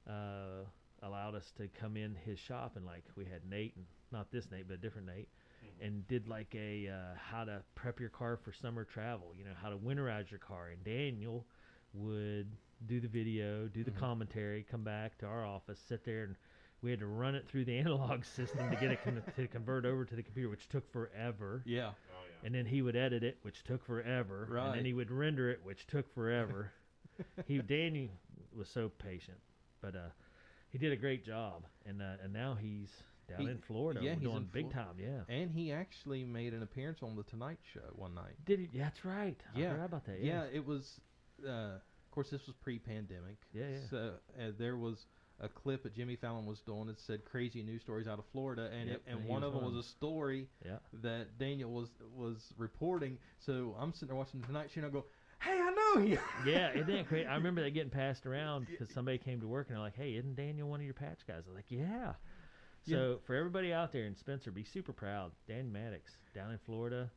Speaker 1: uh, allowed us to come in his shop. And like we had Nate, and not this Nate, but a different Nate,
Speaker 3: Mhm.
Speaker 1: and did like a uh, how to prep your car for summer travel, you know, how to winterize your car. And Daniel would do the video, do the
Speaker 2: Mhm.
Speaker 1: commentary, come back to our office, sit there and we had to run it through the analog system to get it con- to convert over to the computer, which took forever.
Speaker 2: Yeah.
Speaker 3: Oh yeah.
Speaker 1: And then he would edit it, which took forever. And
Speaker 2: Right.
Speaker 1: then he would render it, which took forever. he Danny was so patient, but uh, he did a great job. And uh, and now he's down
Speaker 2: He-
Speaker 1: in Florida,
Speaker 2: yeah,
Speaker 1: we're
Speaker 2: he's
Speaker 1: doing
Speaker 2: in
Speaker 1: big
Speaker 2: Flor-
Speaker 1: time. Yeah.
Speaker 2: And he actually made an appearance on the Tonight Show one night.
Speaker 1: Did he? Yeah, that's right. I
Speaker 2: Yeah,
Speaker 1: forgot about that.
Speaker 2: Yeah,
Speaker 1: Yeah.
Speaker 2: it was. Uh, of course, this was pre-pandemic.
Speaker 1: Yeah, yeah.
Speaker 2: So uh, there was a clip that Jimmy Fallon was doing that said crazy news stories out of Florida, and
Speaker 1: Yep,
Speaker 2: it, and
Speaker 1: and he
Speaker 2: one
Speaker 1: was
Speaker 2: of them
Speaker 1: one.
Speaker 2: was a story
Speaker 1: Yeah.
Speaker 2: that Daniel was was reporting. So I'm sitting there watching the Tonight Show, and I go, "Hey, I know you."
Speaker 1: Yeah, it didn't create. I remember that getting passed around because somebody came to work and they're like, "Hey, isn't Daniel one of your patch guys?" I'm like, "Yeah."
Speaker 2: Yeah.
Speaker 1: So for everybody out there in Spencer, be super proud. Dan Maddox down in Florida,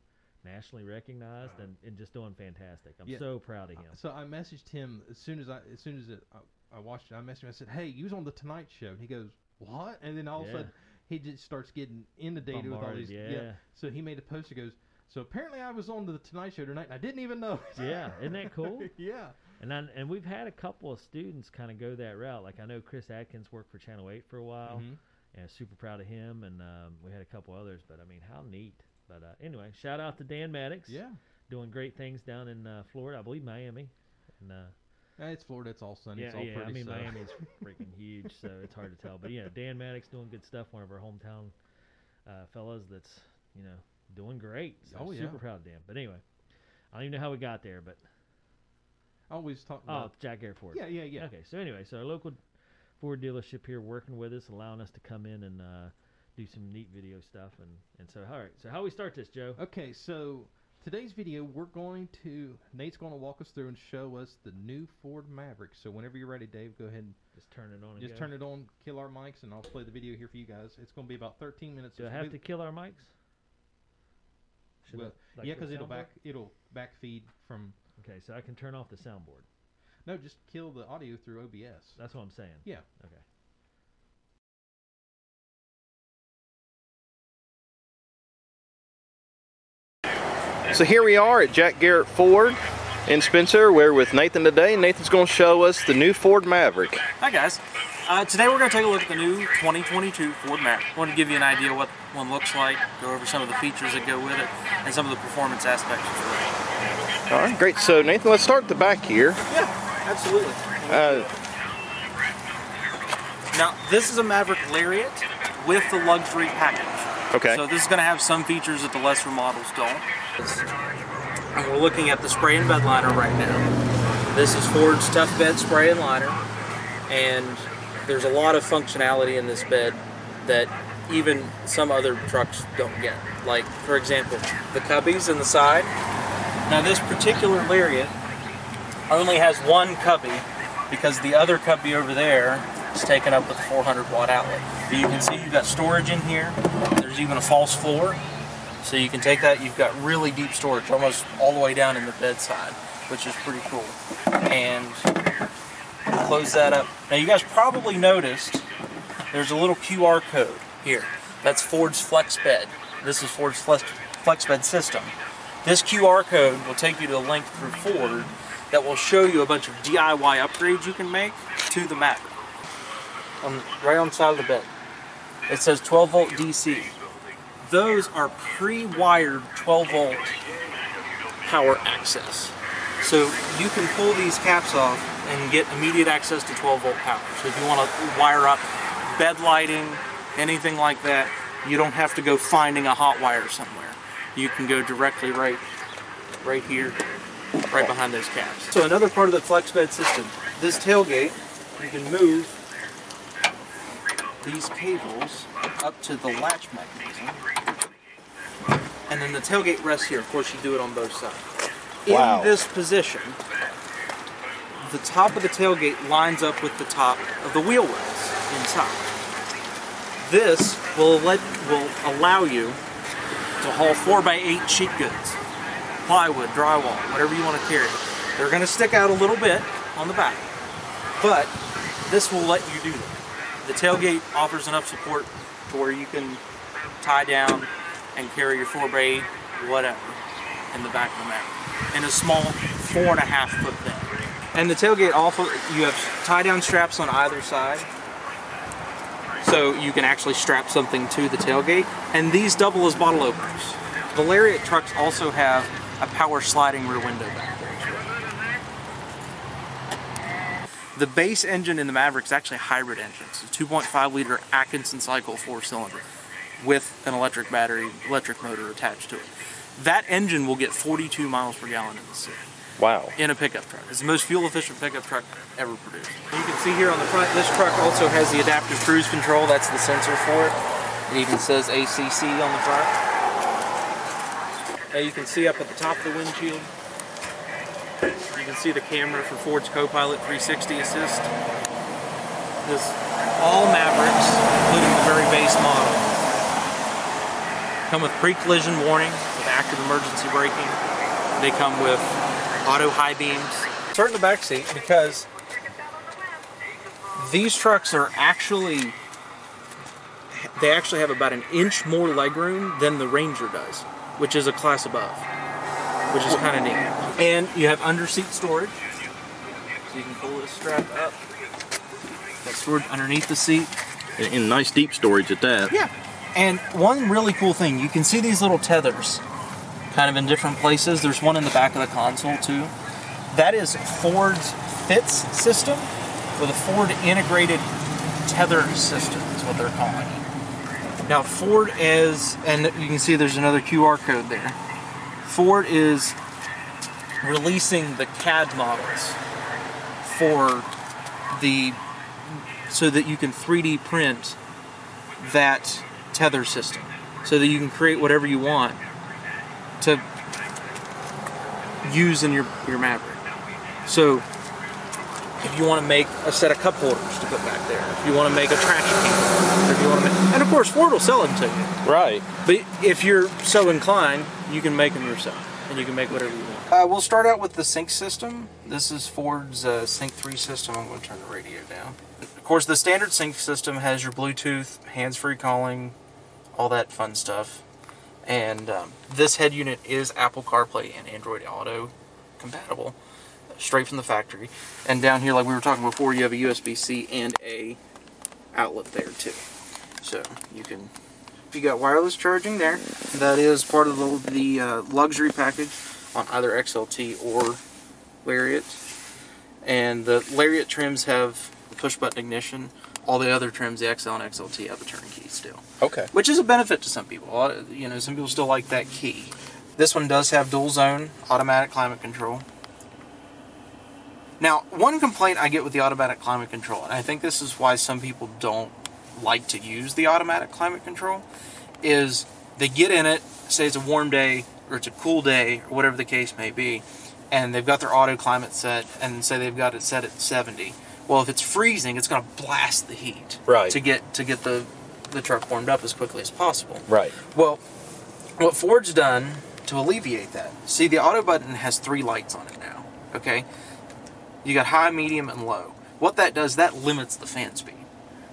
Speaker 1: nationally recognized
Speaker 3: Wow.
Speaker 1: and, and just doing fantastic. I'm
Speaker 2: Uh-huh. Yeah.
Speaker 1: so proud of him.
Speaker 2: So I messaged him as soon as I as soon as it, I, I watched it. I messaged him. I said, "Hey, you was on the Tonight Show," and he goes, "What?" And then all of
Speaker 1: Yeah.
Speaker 2: a sudden, he just starts getting inundated with all
Speaker 1: Bombarded,
Speaker 2: these.
Speaker 1: yeah.
Speaker 2: So he made a post that goes, "So apparently, I was on the Tonight Show tonight, and I didn't even know." it."
Speaker 1: Yeah, isn't that cool?
Speaker 2: yeah.
Speaker 1: And I, and we've had a couple of students kind of go that route. Like I know Chris Atkins worked for Channel Eight for a while,
Speaker 2: Mhm.
Speaker 1: and super proud of him. And um, we had a couple others, but I mean, how neat. But uh, anyway, shout out to Dan Maddox.
Speaker 2: Yeah.
Speaker 1: doing great things down in uh, Florida, I believe Miami. And, uh,
Speaker 2: Uh, It's Florida. It's all sunny.
Speaker 1: yeah,
Speaker 2: it's all
Speaker 1: yeah.
Speaker 2: pretty.
Speaker 1: I mean
Speaker 2: so.
Speaker 1: Miami's freaking huge, so it's hard to tell. But yeah, Dan Maddox doing good stuff. One of our hometown uh, fellas that's you know doing great. So
Speaker 2: Oh,
Speaker 1: super
Speaker 2: yeah.
Speaker 1: proud of Dan. But anyway, I don't even know how we got there, but
Speaker 2: I always talk
Speaker 1: oh,
Speaker 2: about.
Speaker 1: Jack Airport.
Speaker 2: yeah, yeah, yeah.
Speaker 1: Okay, so anyway, so our local Ford dealership here working with us, allowing us to come in and uh, do some neat video stuff, and and so all right. So how we start this, Joe?
Speaker 2: Okay, so today's video, we're going to Nate's going to walk us through and show us the new Ford Maverick. So whenever you're ready, Dave, go ahead and
Speaker 1: Just turn it on. And
Speaker 2: just turn it on, kill our mics, and I'll play the video here for you guys. It's going to be about 13 minutes.
Speaker 1: Do I
Speaker 2: It's
Speaker 1: have
Speaker 2: with-
Speaker 1: to kill our mics? Should
Speaker 2: Well,
Speaker 1: I- like
Speaker 2: yeah,
Speaker 1: the
Speaker 2: because it'll
Speaker 1: soundboard?
Speaker 2: back it'll back feed from.
Speaker 1: Okay, so I can turn off the soundboard.
Speaker 2: No, just kill the audio through OBS.
Speaker 1: That's what I'm saying.
Speaker 2: Yeah.
Speaker 1: Okay.
Speaker 4: So here we are at Jack Garrett Ford in Spencer. We're with Nathan today. Nathan's going to show us the new Ford Maverick.
Speaker 5: Hi guys. Uh, today we're going to take a look at the new 2022 Ford Maverick. I want to give you an idea what one looks like, go over some of the features that go with it, and some of the performance aspects.
Speaker 4: All right, great. So Nathan, let's start at the back here.
Speaker 5: Yeah, absolutely.
Speaker 4: Uh,
Speaker 5: Now this is a Maverick Lariat with the luxury package.
Speaker 4: okay.
Speaker 5: So this is going to have some features that the lesser models don't. And we're looking at the spray and bed liner right now. This is Ford's Tough Bed Spray and Liner, and there's a lot of functionality in this bed
Speaker 6: that even some other trucks don't get. Like, for example, the cubbies in the side. Now, this particular Lariat only has one cubby because the other cubby over there is taken up with a 400 watt outlet. But you can see you've got storage in here. There's even a false floor. So you can take that, you've got really deep storage, almost all the way down in the bedside, which is pretty cool. And close that up. Now you guys probably noticed there's a little QR code here. That's Ford's FlexBed. This is Ford's Flex, FlexBed system. This QR code will take you to a link through Ford that will show you a bunch of DIY upgrades you can make to the Maverick. On, right on the side of the bed. It says 12 volt DC. Those are pre-wired 12 volt power access. So you can pull these caps off and get immediate access to 12 volt power. So if you want to wire up bed lighting, anything like that, you don't have to go finding a hot wire somewhere. You can go directly right, right here, right behind those caps. So another part of the flex bed system, this tailgate, you can move these cables up to the latch mechanism. And then the tailgate rests here. Of course, you do it on both sides.
Speaker 4: Wow.
Speaker 6: In this position, the top of the tailgate lines up with the top of the wheel wells inside. This will let will allow you to haul 4x8 sheet goods, plywood, drywall, whatever you want to carry. They're going to stick out a little bit on the back, but this will let you do that. The tailgate offers enough support to where you can tie down and carry your 4x8, whatever, in the back of the Maverick in a small four and a half foot thing. And the tailgate also you have tie down straps on either side, so you can actually strap something to the tailgate. And these double as bottle openers. The Lariat trucks also have a power sliding rear window back there. as well. The base engine in the Maverick is actually a hybrid engine. It's a 2.5 liter Atkinson cycle four cylinder with an electric battery, electric motor attached to it. That engine will get 42 miles per gallon in the city
Speaker 4: Wow.
Speaker 6: in a pickup truck. It's the most fuel efficient pickup truck ever produced. You can see here on the front, this truck also has the adaptive cruise control. That's the sensor for it. It even says ACC on the front. Now you can see up at the top of the windshield. You can see the camera for Ford's Copilot 360 Assist. This all Mavericks, including the very base model, come with pre-collision warning with active emergency braking. They come with auto high beams. Start in the back seat because these trucks are actually they actually have about an inch more legroom than the Ranger does, which is a class above, which is kind of neat. And you have underseat storage, so you can pull this strap up. That's stored underneath the seat.
Speaker 4: In, in nice deep storage at that.
Speaker 6: Yeah. And one really cool thing, you can see these little tethers kind of in different places. There's one in the back of the console too. That is Ford's FITS system with a Ford integrated tether system is what they're calling it. Now Ford is and you can see there's another QR code there. Ford is releasing the CAD models for the so that you can 3D print that tether system so that you can create whatever you want to use in your, your Maverick. So if you want to make a set of cup holders to put back there, if you want to make a trash can, if you want to make, and of course Ford will sell them to you.
Speaker 4: Right.
Speaker 6: But if you're so inclined, you can make them yourself, and you can make whatever you want. Uh, we'll start out with the sync system. This is Ford's uh, Sync 3 system. I'm going to turn the radio down. Of course, the standard sync system has your Bluetooth, hands-free calling, all that fun stuff. And um, this head unit is Apple CarPlay and Android Auto compatible, straight from the factory. And down here, like we were talking before, you have a USB-C and a outlet there too. So you can, you got wireless charging there. That is part of the, the uh, luxury package on either XLT or Lariat. And the Lariat trims have push button ignition. All the other trims, the XL and XLT, have a turnkey still
Speaker 4: Okay.
Speaker 6: which is a benefit to some people. A lot of- You know, some people still like that key. This one does have dual zone automatic climate control. Now, one complaint I get with the automatic climate control, and I think this is why some people don't like to use the automatic climate control is they get in it, say it's a warm day or it's a cool day or whatever the case may be, and they've got their auto climate set and say they've got it set at 70. Well, if it's freezing, it's going to blast the heat
Speaker 4: Right.
Speaker 6: to get to get the the truck warmed up as quickly as possible.
Speaker 4: Right.
Speaker 6: Well, what Ford's done to alleviate that. See, the auto button has three lights on it now. Okay, you got high, medium, and low. What that does, that limits the fan speed,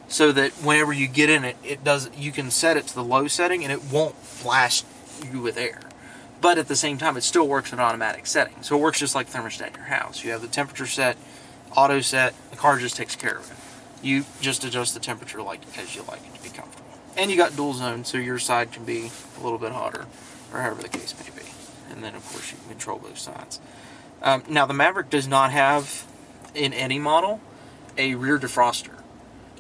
Speaker 6: so that whenever you get in it, it does. You can set it to the low setting, and it won't blast you with air. But at the same time, it still works in automatic setting. So it works just like thermostat in your house. You have the temperature set, auto set. The car just takes care of it. You just adjust the temperature like as you like it to be comfortable. And you got dual zone, so your side can be a little bit hotter, or however the case may be. And then of course you can control both sides. Um, now the Maverick does not have, in any model, a rear defroster,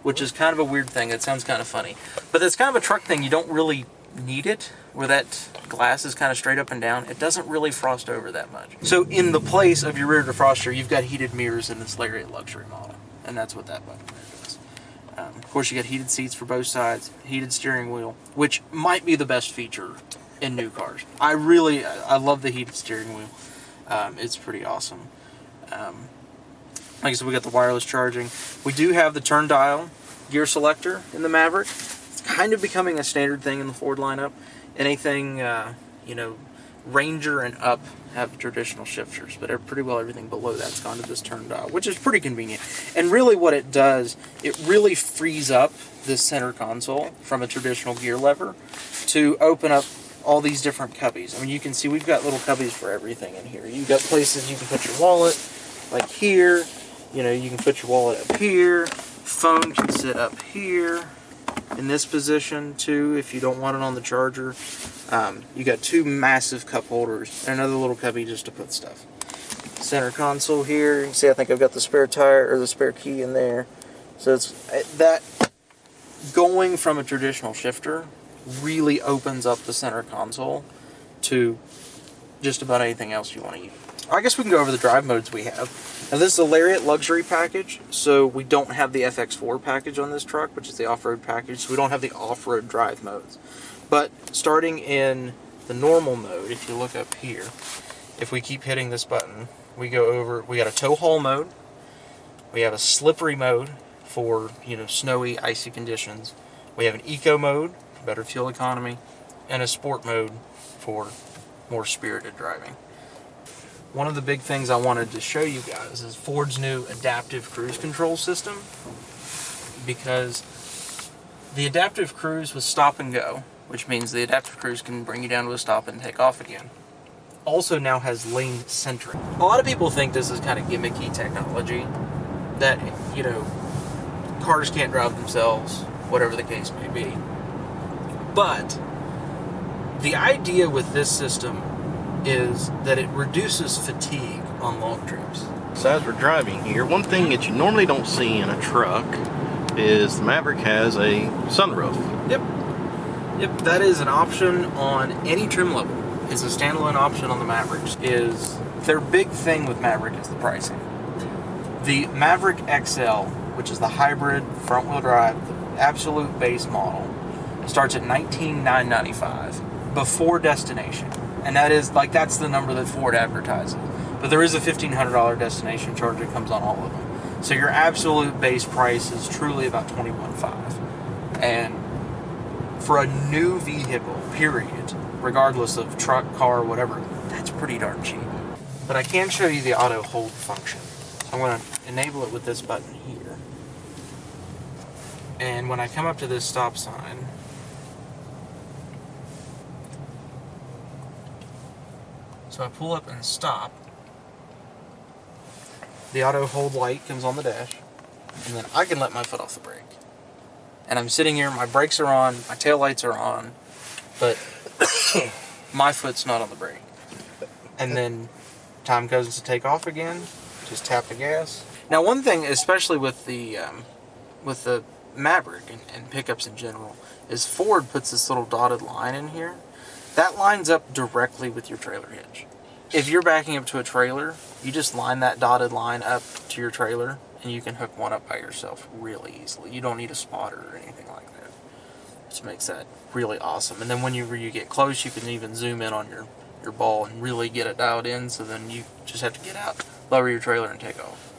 Speaker 6: which is kind of a weird thing. It sounds kind of funny, but it's kind of a truck thing. You don't really need it. Where that glass is kind of straight up and down, it doesn't really frost over that much. So in the place of your rear defroster, you've got heated mirrors in this Lariat luxury model, and that's what that button there does. Um, of course, you got heated seats for both sides, heated steering wheel, which might be the best feature in new cars. I really, I I love the heated steering wheel. Um, it's pretty awesome. Um, like I said, we got the wireless charging. We do have the turn dial gear selector in the Maverick. It's kind of becoming a standard thing in the Ford lineup. Anything, uh, you know, Ranger and up have traditional shifters, but they're pretty well everything below that's gone to this turn dial, which is pretty convenient. And really, what it does, it really frees up this center console from a traditional gear lever to open up all these different cubbies. I mean, you can see we've got little cubbies for everything in here. You've got places you can put your wallet, like here. You know, you can put your wallet up here. Phone can sit up here in this position too if you don't want it on the charger. Um, you got two massive cup holders and another little cubby just to put stuff. Center console here. You can see I think I've got the spare tire or the spare key in there. So it's eh, that going from a traditional shifter really opens up the center console to just about anything else you want to use. I guess we can go over the drive modes we have. Now this is the Lariat luxury package, so we don't have the FX4 package on this truck, which is the off-road package. So we don't have the off-road drive modes. But starting in the normal mode, if you look up here, if we keep hitting this button, we go over. We got a tow haul mode. We have a slippery mode for you know snowy, icy conditions. We have an eco mode, better fuel economy, and a sport mode for more spirited driving. One of the big things I wanted to show you guys is Ford's new adaptive cruise control system because the adaptive cruise was stop and go, which means the adaptive cruise can bring you down to a stop and take off again. Also now has lane centering. A lot of people think this is kind of gimmicky technology that you know cars can't drive themselves, whatever the case may be. But the idea with this system is that it reduces fatigue on long trips.
Speaker 4: So as we're driving here, one thing that you normally don't see in a truck is the Maverick has a sunroof.
Speaker 6: Yep. Yep, that is an option on any trim level. It's a standalone option on the Mavericks. Is their big thing with Maverick is the pricing. The Maverick XL, which is the hybrid front-wheel drive, the absolute base model, starts at 19995 before destination. And that is like that's the number that Ford advertises. But there is a $1500 destination charge that comes on all of them. So your absolute base price is truly about 215. And for a new vehicle, period, regardless of truck, car, whatever, that's pretty darn cheap. But I can show you the auto hold function. So I'm going to enable it with this button here. And when I come up to this stop sign, so I pull up and stop. The auto hold light comes on the dash, and then I can let my foot off the brake. And I'm sitting here, my brakes are on, my taillights are on, but my foot's not on the brake. And then time goes to take off again, just tap the gas. Now, one thing, especially with the um, with the Maverick and, and pickups in general, is Ford puts this little dotted line in here. That lines up directly with your trailer hitch. If you're backing up to a trailer, you just line that dotted line up to your trailer and you can hook one up by yourself really easily. You don't need a spotter or anything like that, which makes that really awesome. And then when you, when you get close, you can even zoom in on your, your ball and really get it dialed in, so then you just have to get out, lower your trailer, and take off.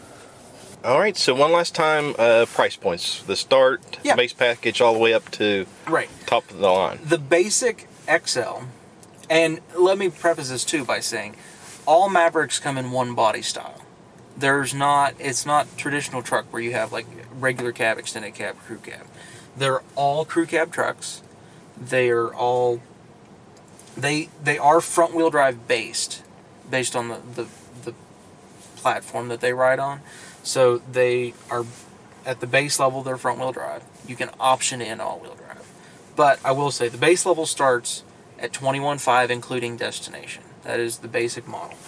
Speaker 4: All right, so one last time, uh, price points. The start,
Speaker 6: Yeah.
Speaker 4: base package, all the way up to
Speaker 6: Right.
Speaker 4: top of the line.
Speaker 6: the basic XL, and let me preface this too by saying, all Mavericks come in one body style. There's not it's not traditional truck where you have like regular cab, extended cab, crew cab. They're all crew cab trucks. They are all they they are front wheel drive based, based on the, the the platform that they ride on. So they are at the base level they're front wheel drive. You can option in all wheel drive. But I will say the base level starts at 21.5, including destination. That is the basic model.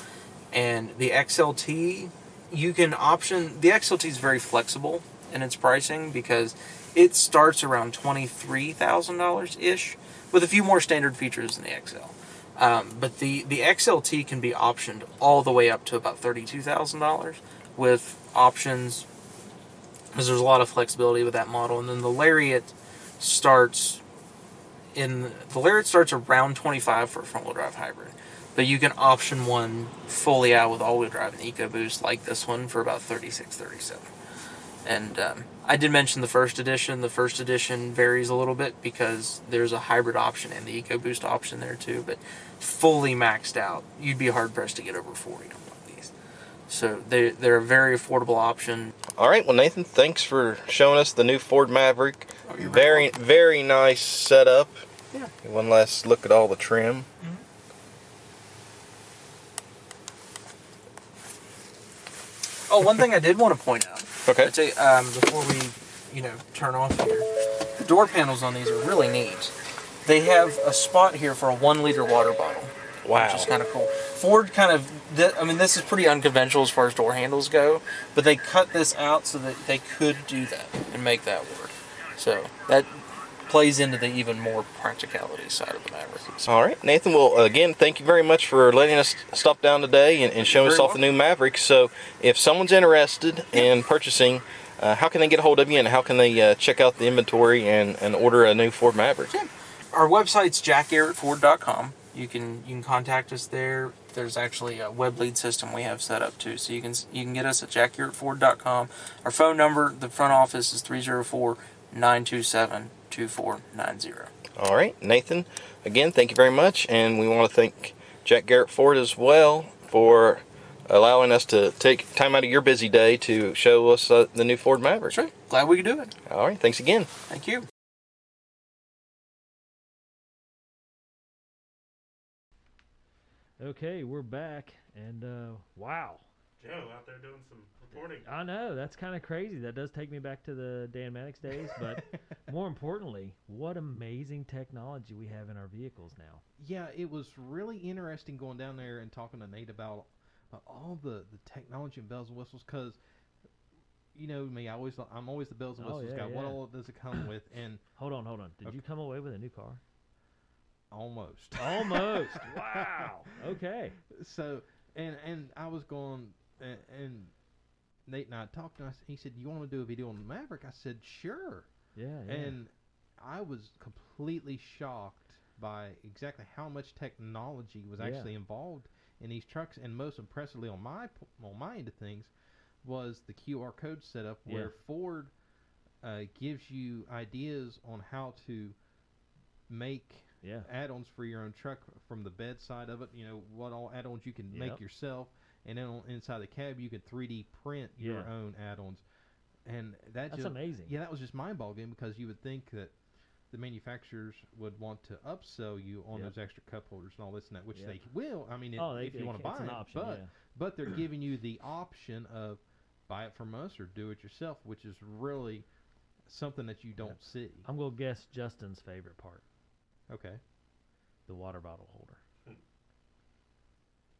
Speaker 6: And the XLT, you can option. The XLT is very flexible in its pricing because it starts around $23,000 ish with a few more standard features than the XL. Um, but the, the XLT can be optioned all the way up to about $32,000 with options because there's a lot of flexibility with that model. And then the Lariat starts in the Lariat starts around 25 for a front wheel drive hybrid, but you can option one fully out with all wheel drive and EcoBoost like this one for about 36, 37. And um, I did mention the first edition. The first edition varies a little bit because there's a hybrid option and the EcoBoost option there too. But fully maxed out, you'd be hard pressed to get over 40 on one of these. So they they're a very affordable option.
Speaker 4: All right, well, Nathan, thanks for showing us the new Ford Maverick. Very, very nice setup.
Speaker 6: Yeah.
Speaker 4: One last look at all the trim.
Speaker 6: Oh, one thing I did want to point out.
Speaker 4: Okay.
Speaker 6: I'd say um, before we, you know, turn off here, the door panels on these are really neat. They have a spot here for a one liter water bottle,
Speaker 4: Wow.
Speaker 6: which is kind of cool. Ford kind of, th- I mean, this is pretty unconventional as far as door handles go, but they cut this out so that they could do that and make that work. So that plays into the even more practicality side of the Maverick.
Speaker 4: All right, Nathan. Well, again, thank you very much for letting us stop down today and, and showing us
Speaker 6: Very
Speaker 4: off the new Maverick. So, if someone's interested in purchasing, uh, how can they get a hold of you and how can they uh, check out the inventory and, and order a new Ford Maverick?
Speaker 6: our website's jackarrettford.com. You can you can contact us there. There's actually a web lead system we have set up too, so you can you can get us at jackarrettford.com. Our phone number, the front office is 304-927-2490.
Speaker 4: All right, Nathan. Again, thank you very much, and we want to thank Jack Garrett Ford as well for allowing us to take time out of your busy day to show us uh, the new Ford Maverick.
Speaker 6: Sure. Glad we could do it.
Speaker 4: All right. Thanks again.
Speaker 6: Thank you.
Speaker 1: Okay, we're back, and uh, wow,
Speaker 3: Joe out there doing some reporting.
Speaker 1: I know that's kind of crazy. That does take me back to the Dan Maddox days, but more importantly, what amazing technology we have in our vehicles now.
Speaker 2: yeah, it was really interesting going down there and talking to Nate about, about all the, the technology and bells and whistles because you know me, I always I'm always the bells and
Speaker 1: Oh,
Speaker 2: whistles
Speaker 1: yeah,
Speaker 2: guy. What
Speaker 1: yeah.
Speaker 2: all does it come with? And
Speaker 1: Hold on, hold on. Did you come away with a new car?
Speaker 2: almost.
Speaker 1: Almost. wow. Okay.
Speaker 2: so and and I was going and, and Nate and I talked and I, s- he said, "You want to do a video on the Maverick?" I said, "Sure."
Speaker 1: Yeah. yeah.
Speaker 2: And I was completely shocked by exactly how much technology was
Speaker 1: Yeah.
Speaker 2: actually involved in these trucks, and most impressively on my p- on my end of things was the QR code setup
Speaker 1: Yeah.
Speaker 2: where Ford uh, gives you ideas on how to make
Speaker 1: yeah.
Speaker 2: add-ons for your own truck from the bedside of it. You know what all add-ons you can
Speaker 1: Yep.
Speaker 2: make yourself, and then on, inside the cab you can 3D print your
Speaker 1: Yeah.
Speaker 2: own add-ons, and that
Speaker 1: That's
Speaker 2: just,
Speaker 1: amazing.
Speaker 2: yeah, that was just mind boggling because you would think that the manufacturers would want to upsell you on
Speaker 1: Yep.
Speaker 2: those extra cup holders and all this and that, which
Speaker 1: Yep.
Speaker 2: they will. I mean, it,
Speaker 1: oh, they,
Speaker 2: if you
Speaker 1: they
Speaker 2: want to
Speaker 1: ca-
Speaker 2: buy
Speaker 1: it's an
Speaker 2: it,
Speaker 1: option,
Speaker 2: but
Speaker 1: yeah.
Speaker 2: but they're giving you the option of buy it from us or do it yourself, which is really something that you don't see.
Speaker 1: I'm gonna guess Justin's favorite part:
Speaker 2: Okay.
Speaker 1: the water bottle holder.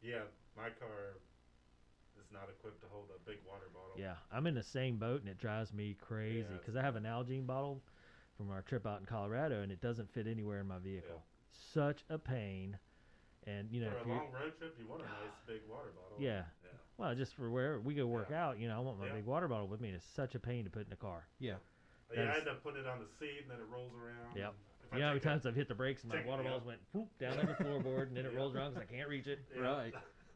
Speaker 3: Yeah, my car is not equipped to hold a big water bottle.
Speaker 1: Yeah, I'm in the same boat, and it drives me crazy
Speaker 3: Yeah.
Speaker 1: because I have an Algene bottle from our trip out in Colorado, and it doesn't fit anywhere in my vehicle. Such a pain, and you know,
Speaker 3: For
Speaker 1: if
Speaker 3: a
Speaker 1: you're-
Speaker 3: long road trip, you want a nice big water bottle.
Speaker 1: Yeah.
Speaker 3: Yeah.
Speaker 1: Well, just for wherever we go work out, you know, I want my
Speaker 3: Yeah.
Speaker 1: big water bottle with me. It's such a pain to put in the car.
Speaker 2: Yeah.
Speaker 3: Yeah, I
Speaker 1: That's-
Speaker 3: had to put it on the seat, and then it rolls around.
Speaker 1: Yep.
Speaker 3: If I
Speaker 1: You know how many
Speaker 3: take that-
Speaker 1: times I've hit the brakes and my
Speaker 3: take-
Speaker 1: water
Speaker 3: yeah.
Speaker 1: bottles went whoop down on the floorboard and then it
Speaker 3: Yeah.
Speaker 1: rolls around because I can't reach it.
Speaker 3: yeah.
Speaker 2: Right.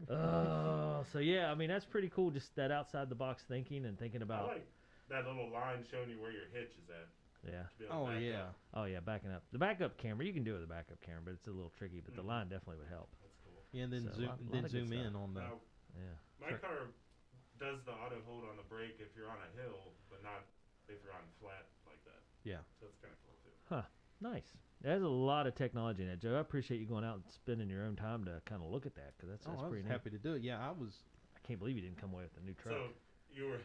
Speaker 1: Oh, so yeah, I mean that's pretty cool. Just that outside the box thinking and thinking
Speaker 3: I
Speaker 1: about
Speaker 3: like that little line showing you where your hitch is at.
Speaker 1: yeah.
Speaker 3: to be able to
Speaker 2: Oh
Speaker 3: back
Speaker 2: yeah.
Speaker 3: up.
Speaker 1: Oh yeah, backing up the backup camera. You can do it with a backup camera, but it's a little tricky. But the
Speaker 2: Mm-hmm.
Speaker 3: Mhm.
Speaker 1: line definitely would help.
Speaker 3: That's cool.
Speaker 2: Yeah, and then
Speaker 1: So, a
Speaker 2: zoom,
Speaker 1: lot- lot
Speaker 2: then
Speaker 1: of good
Speaker 2: zoom
Speaker 1: stuff.
Speaker 2: in on the.
Speaker 3: Now,
Speaker 1: Yeah.
Speaker 3: my
Speaker 2: Sure.
Speaker 3: car does the auto hold on the brake if you're on a hill, but not if you're on flat like that.
Speaker 2: Yeah.
Speaker 3: So that's kind of cool too.
Speaker 1: Nice. There's a lot of technology in that, Joe. I appreciate you going out and spending your own time to kind of look at that because that's,
Speaker 2: Oh,
Speaker 1: that's
Speaker 2: I was
Speaker 1: pretty neat.
Speaker 2: happy to do it. Yeah, I was.
Speaker 1: I can't believe you didn't come away with a new truck.
Speaker 3: So you were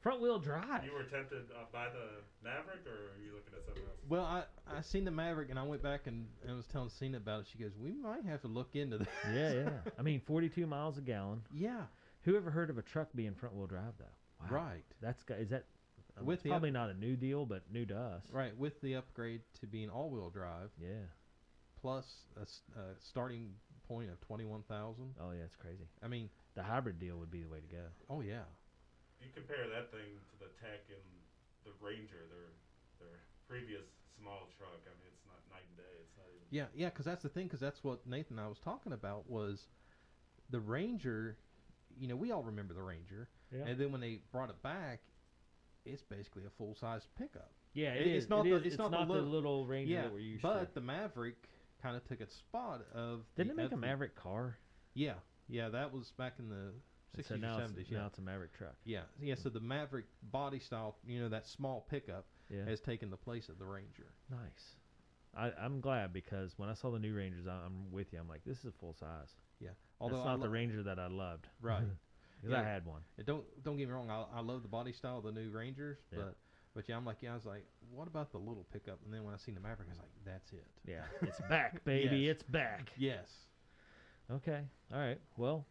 Speaker 1: Front wheel drive.
Speaker 3: you were tempted uh, by the Maverick, or are you looking at something else?
Speaker 2: Well, I I seen the Maverick, and I went back and, and was telling Cena about it. She goes, "We might have to look into that."
Speaker 1: yeah, yeah. I mean, 42 miles a gallon.
Speaker 2: yeah.
Speaker 1: Who ever heard of a truck being front wheel drive though?
Speaker 2: Right.
Speaker 1: That's got- is that I mean,
Speaker 2: With
Speaker 1: it's
Speaker 2: the up-
Speaker 1: probably not a new deal, but new to us.
Speaker 2: Right. With the upgrade to being all-wheel drive,
Speaker 1: Yeah.
Speaker 2: plus a, s- a starting point of twenty-one thousand.
Speaker 1: Oh yeah, it's crazy.
Speaker 2: I mean,
Speaker 1: The hybrid deal would be the way to go.
Speaker 2: oh yeah.
Speaker 3: You compare that thing to the Tech and the Ranger, their their previous small truck. I mean, it's not night and day. It's not even.
Speaker 2: Yeah, yeah, because that's the thing. Because that's what Nathan and I was talking about was the Ranger. You know, we all remember the Ranger,
Speaker 1: Yeah.
Speaker 2: and then when they brought it back, it's basically a full size pickup.
Speaker 1: Yeah,
Speaker 2: It- it's not the- it's not the
Speaker 1: the,
Speaker 2: little-
Speaker 1: little Ranger
Speaker 2: yeah,
Speaker 1: that we're used
Speaker 2: but
Speaker 1: to.
Speaker 2: the Maverick kind of took its spot of.
Speaker 1: Didn't
Speaker 2: the
Speaker 1: it make a
Speaker 2: other-
Speaker 1: Maverick car?
Speaker 2: Yeah, yeah, that was back in the
Speaker 1: And
Speaker 2: sixties,
Speaker 1: so now
Speaker 2: seventies.
Speaker 1: it's,
Speaker 2: Yeah,
Speaker 1: now it's a Maverick truck.
Speaker 2: yeah, yeah. So the Maverick body style, you know, that small pickup
Speaker 1: Yeah.
Speaker 2: has taken the place of the Ranger.
Speaker 1: Nice. I, I'm glad because when I saw the new Rangers, I, I'm with you. I'm like, this is a full size.
Speaker 2: Although
Speaker 1: That's
Speaker 2: I
Speaker 1: not the mm-hmm.
Speaker 2: lo-
Speaker 1: Ranger that I loved.
Speaker 2: right.
Speaker 1: Because I
Speaker 2: Yeah.
Speaker 1: had one.
Speaker 2: And don't don't get me wrong, I, I love the body style of the new Rangers,
Speaker 1: Yeah.
Speaker 2: but but yeah, I'm like yeah, I was like, what about the little pickup? And then when I seen the Maverick, I was like, that's it.
Speaker 1: Yeah, it's back, baby.
Speaker 2: Yes.
Speaker 1: It's back.
Speaker 2: Yes.
Speaker 1: Okay. All right. Well,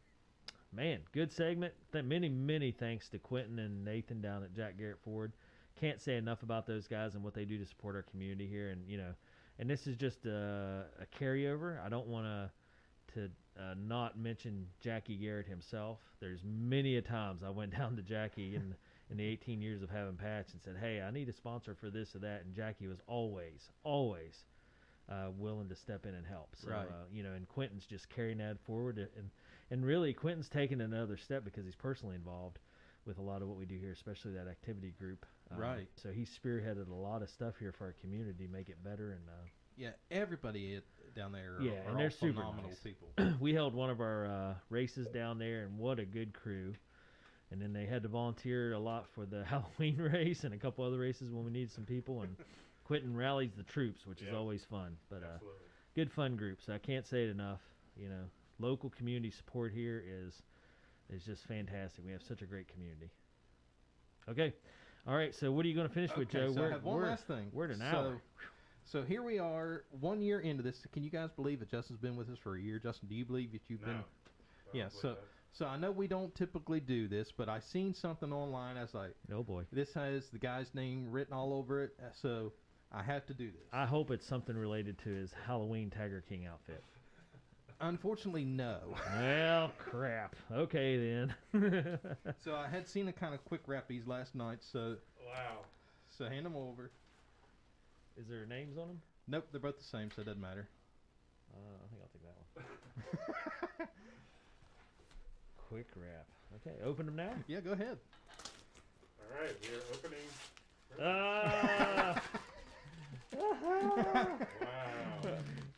Speaker 1: man, good segment. Th- many, many thanks to Quentin and Nathan down at Jack Garrett Ford. Can't say enough about those guys and what they do to support our community here. And you know, and this is just a, a carryover. I don't want to to uh, not mention Jackie Garrett himself. There's many a times I went down to Jackie in in the 18 years of having Patch and said, "Hey, I need a sponsor for this or that," and Jackie was always, always uh, willing to step in and help. So
Speaker 2: Right.
Speaker 1: uh, you know, and Quentin's just carrying that forward, a- and and really Quentin's taking another step because he's personally involved with a lot of what we do here, especially that activity group. Um,
Speaker 2: Right.
Speaker 1: So he spearheaded a lot of stuff here for our community, make it better, and. Uh,
Speaker 2: Yeah, everybody i- down there are,
Speaker 1: Yeah,
Speaker 2: are
Speaker 1: and they're
Speaker 2: all
Speaker 1: super
Speaker 2: phenomenal
Speaker 1: nice.
Speaker 2: people.
Speaker 1: we held one of our uh, races down there, and what a good crew. And then they had to volunteer a lot for the Halloween race and a couple other races when we needed some people. And Quentin rallies the troops, which is
Speaker 3: Yeah.
Speaker 1: always fun. But uh,
Speaker 3: Absolutely.
Speaker 1: good fun group. So I can't say it enough. You know, local community support here is is just fantastic. We have such a great community. Okay, all right. So what are you going to finish with,
Speaker 2: Okay,
Speaker 1: Joe?
Speaker 2: so I
Speaker 1: we're,
Speaker 2: have one
Speaker 1: we're-
Speaker 2: last thing.
Speaker 1: We're at an
Speaker 2: so,
Speaker 1: hour.
Speaker 2: So here we are, one year into this. Can you guys believe that Justin's been with us for a year? Justin, do you believe that you've
Speaker 3: No.
Speaker 2: been?
Speaker 3: I don't
Speaker 2: Yeah.
Speaker 3: believe
Speaker 2: So
Speaker 3: that.
Speaker 2: so I know we don't typically do this, but I seen something online. I was like,
Speaker 1: Oh boy.
Speaker 2: this has the guy's name written all over it, uh, so I have to do this.
Speaker 1: I hope it's something related to his Halloween Tiger King outfit.
Speaker 2: Unfortunately, no.
Speaker 1: Well, crap. Okay then.
Speaker 2: So I had seen a kind of quick wrap these last night, so
Speaker 3: Wow.
Speaker 2: so hand them over.
Speaker 1: Is there names on them?
Speaker 2: Nope, they're both the same, so it doesn't matter.
Speaker 1: Uh, I think I'll take that one. Quick wrap. Okay, open them now.
Speaker 2: Yeah, go ahead.
Speaker 3: All right, we are opening.
Speaker 1: Ah!
Speaker 3: Wow.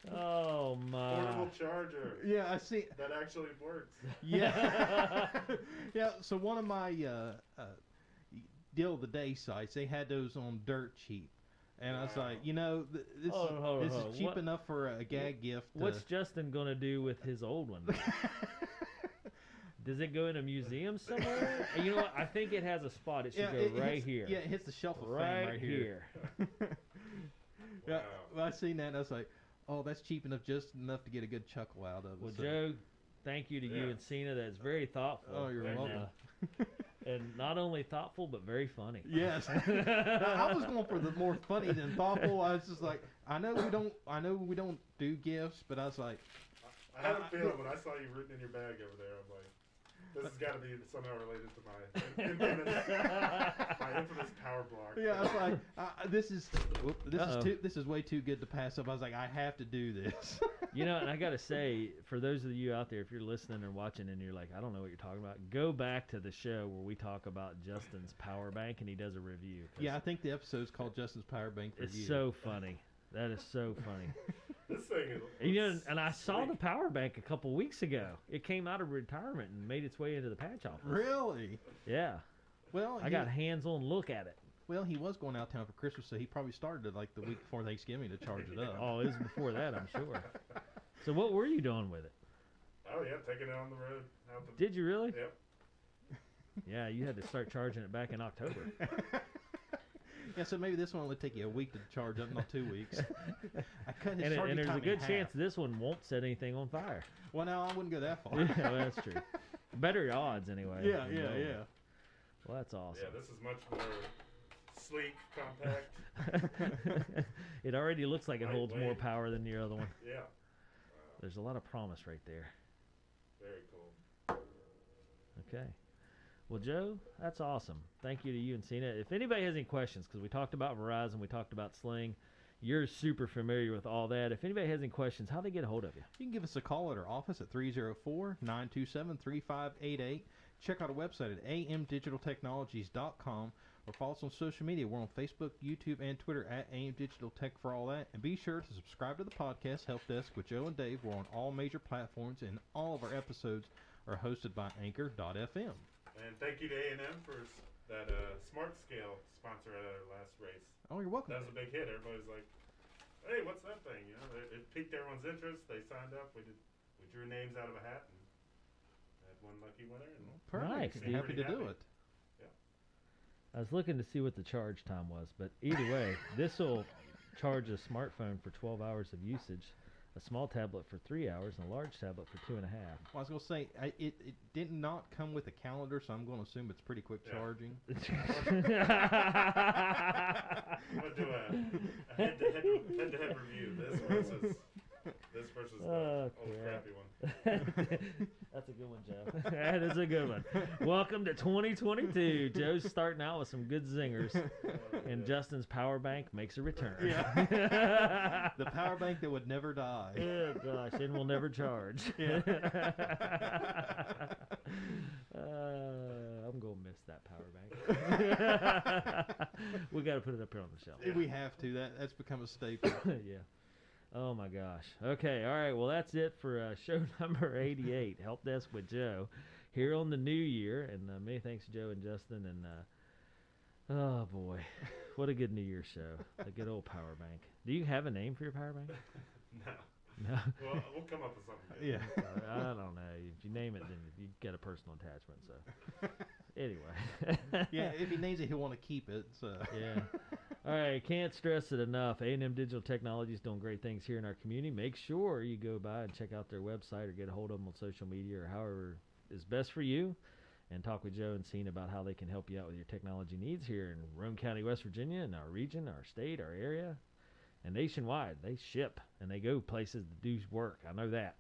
Speaker 1: oh my!
Speaker 3: Portable charger.
Speaker 2: Uh, Yeah, I see.
Speaker 3: That actually works.
Speaker 2: Yeah, yeah. So one of my uh, uh, deal of the day sites, they had those on dirt cheap, and I was like, you know, th- this
Speaker 1: Hold
Speaker 2: is,
Speaker 1: on, hold on,
Speaker 2: this
Speaker 1: hold on.
Speaker 2: is cheap
Speaker 1: What-
Speaker 2: enough for a gag gift. to-
Speaker 1: What's Justin gonna do with his old one? Does it go in a museum somewhere? and you know what? I think it has a spot. It should go
Speaker 2: it
Speaker 1: right
Speaker 2: hits-
Speaker 1: here.
Speaker 2: Yeah, it hits the shelf of
Speaker 1: right,
Speaker 2: fame right
Speaker 1: here.
Speaker 2: Yeah,
Speaker 3: Wow.
Speaker 2: well, I seen that and I was like, oh, that's cheap enough, just enough to get a good chuckle out of it.
Speaker 1: Well,
Speaker 2: So-
Speaker 1: Joe, thank you to you
Speaker 3: Yeah.
Speaker 1: and Cena. That's very thoughtful.
Speaker 2: Oh, you're
Speaker 1: and,
Speaker 3: welcome.
Speaker 1: uh, and not only thoughtful, but very funny.
Speaker 2: Yes, I was going for the more funny than thoughtful. I was just like, I know we don't, I know we don't do gifts, but I was like,
Speaker 3: I had
Speaker 2: Uh,
Speaker 3: a feeling when I saw you rooting in your bag over there. I'm like, This has got to be somehow related to my infamous, my infamous power block.
Speaker 2: Yeah, I was like, uh, this is whoop, this
Speaker 1: Uh-oh.
Speaker 2: is too this is way too good to pass up. I was like, I have to do this.
Speaker 1: You know, and I gotta say, for those of you out there, if you're listening or watching, and you're like, I don't know what you're talking about, go back to the show where we talk about Justin's power bank, and he does a review. 'cause
Speaker 2: yeah, I think the episode's called Justin's Power Bank
Speaker 1: it's
Speaker 2: Review.
Speaker 1: so funny. That is so funny.
Speaker 3: This thing is.
Speaker 1: And, you know, and I saw the
Speaker 3: sweet.
Speaker 1: power bank a couple weeks ago. It came out of retirement and made its way into the patch office.
Speaker 2: really.
Speaker 1: Yeah,
Speaker 2: Well,
Speaker 1: I
Speaker 2: he-
Speaker 1: got a hands-on look at it.
Speaker 2: Well, he was going out of town for Christmas, so he probably started it like the week before Thanksgiving to charge it up.
Speaker 1: Oh, it was before that, I'm sure. So what were you doing with it?
Speaker 3: Oh yeah, taking it on the road. Out the,
Speaker 1: Did you really?
Speaker 3: Yep.
Speaker 1: Yeah, you had to start charging it back in October.
Speaker 2: Yeah, so maybe this one would take you a week to charge up, not two weeks. I cut his
Speaker 1: And, it-
Speaker 2: charging
Speaker 1: and there's
Speaker 2: time
Speaker 1: a
Speaker 2: in
Speaker 1: good
Speaker 2: half.
Speaker 1: chance this one won't set anything on fire.
Speaker 2: Well, no, I wouldn't go that far.
Speaker 1: yeah, well, that's true. Better odds anyway.
Speaker 2: yeah,
Speaker 1: than
Speaker 2: yeah,
Speaker 1: going.
Speaker 2: yeah.
Speaker 1: Well, that's awesome.
Speaker 3: Yeah, this is much more sleek, compact.
Speaker 1: it already looks like it holds more
Speaker 3: Lightweight.
Speaker 1: power than your other one.
Speaker 3: yeah,
Speaker 1: There's a lot of promise right there.
Speaker 3: very cool.
Speaker 1: Okay. Well, Joe, that's awesome. Thank you to you and Cena. If anybody has any questions, because we talked about Verizon, we talked about Sling, you're super familiar with all that. If anybody has any questions, how they get a hold of you?
Speaker 2: You can give us a call at our office at 304 927 3588. Check out our website at amdigitaltechnologies.com or follow us on social media. We're on Facebook, YouTube, and Twitter at AM Digital Tech for all that. And be sure to subscribe to the podcast Help Desk with Joe and Dave. We're on all major platforms, and all of our episodes are hosted by Anchor.fm.
Speaker 3: And thank you to A and M for s- that uh, smart scale sponsor at our last race.
Speaker 2: Oh, you're welcome.
Speaker 3: That was a big hit. Everybody's like, "Hey, what's that thing?" You know, it, it piqued everyone's interest. They signed up. We did. We drew names out of a hat and had one lucky winner. And
Speaker 2: Perfect.
Speaker 1: Nice,
Speaker 2: Happy
Speaker 3: dude.
Speaker 2: to do it.
Speaker 1: I was looking to see what the charge time was, but either way, this will charge a smartphone for 12 hours of usage, a small tablet for three hours, and a large tablet for two and a half.
Speaker 2: Well, I was going to say, I, it, it did not come with a calendar, so I'm going to assume it's pretty quick
Speaker 3: Yeah.
Speaker 2: charging.
Speaker 3: I'm gonna do a, a head-to-head, head-to-head review. This versus this versus the
Speaker 1: Oh,
Speaker 3: old
Speaker 1: crap.
Speaker 3: crappy one.
Speaker 1: That's a good one, Joe. that is a good one. Welcome to 2022. Joe's starting out with some good zingers, and Justin's power bank makes a return. Yeah.
Speaker 2: The power bank that would never die.
Speaker 1: oh gosh, and we'll never charge.
Speaker 2: Yeah.
Speaker 1: uh, I'm gonna miss that power bank. we got to put it up here on the shelf.
Speaker 2: We have to. That that's become a staple.
Speaker 1: yeah. Oh my gosh. Okay. All right. Well, that's it for uh, show number 88, Help Desk with Joe, here on the new year. And uh, many thanks, to Joe and Justin. And uh, oh boy, what a good New Year show. A good old power bank. Do you have a name for your power bank?
Speaker 3: No,
Speaker 1: No.
Speaker 3: well, we'll come up with something. good.
Speaker 2: yeah.
Speaker 1: I don't know. If you name it, then you get a personal attachment. So anyway.
Speaker 2: Yeah. If he needs it, he'll want to keep it. So.
Speaker 1: yeah. All right, can't stress it enough. A&M Digital Technology is doing great things here in our community. Make sure you go by and check out their website or get a hold of them on social media or however is best for you. And talk with Joe and Cena about how they can help you out with your technology needs here in Rome County, West Virginia, in our region, our state, our area, and nationwide. They ship and they go places to do work. I know that.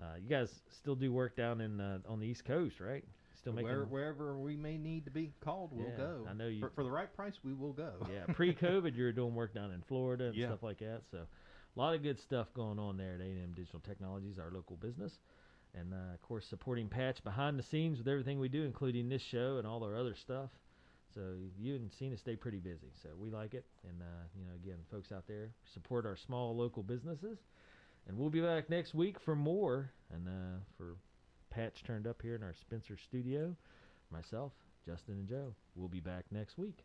Speaker 1: Uh, you guys still do work down in uh, on the East Coast, right? Still making
Speaker 2: Where, wherever we may need to be called, we'll
Speaker 1: Yeah,
Speaker 2: go.
Speaker 1: I know you-
Speaker 2: For, for the right price, we will go.
Speaker 1: yeah, pre-COVID, you were doing work down in Florida and
Speaker 2: Yeah.
Speaker 1: stuff like that. So, a lot of good stuff going on there at A&M Digital Technologies, our local business, and uh, of course supporting Patch behind the scenes with everything we do, including this show and all our other stuff. So you and Cena stay pretty busy. So we like it, and uh, you know, again, folks out there support our small local businesses, and we'll be back next week for more and uh, for Patch turned up here in our Spencer studio. Myself, Justin, and Joe. We'll be back next week.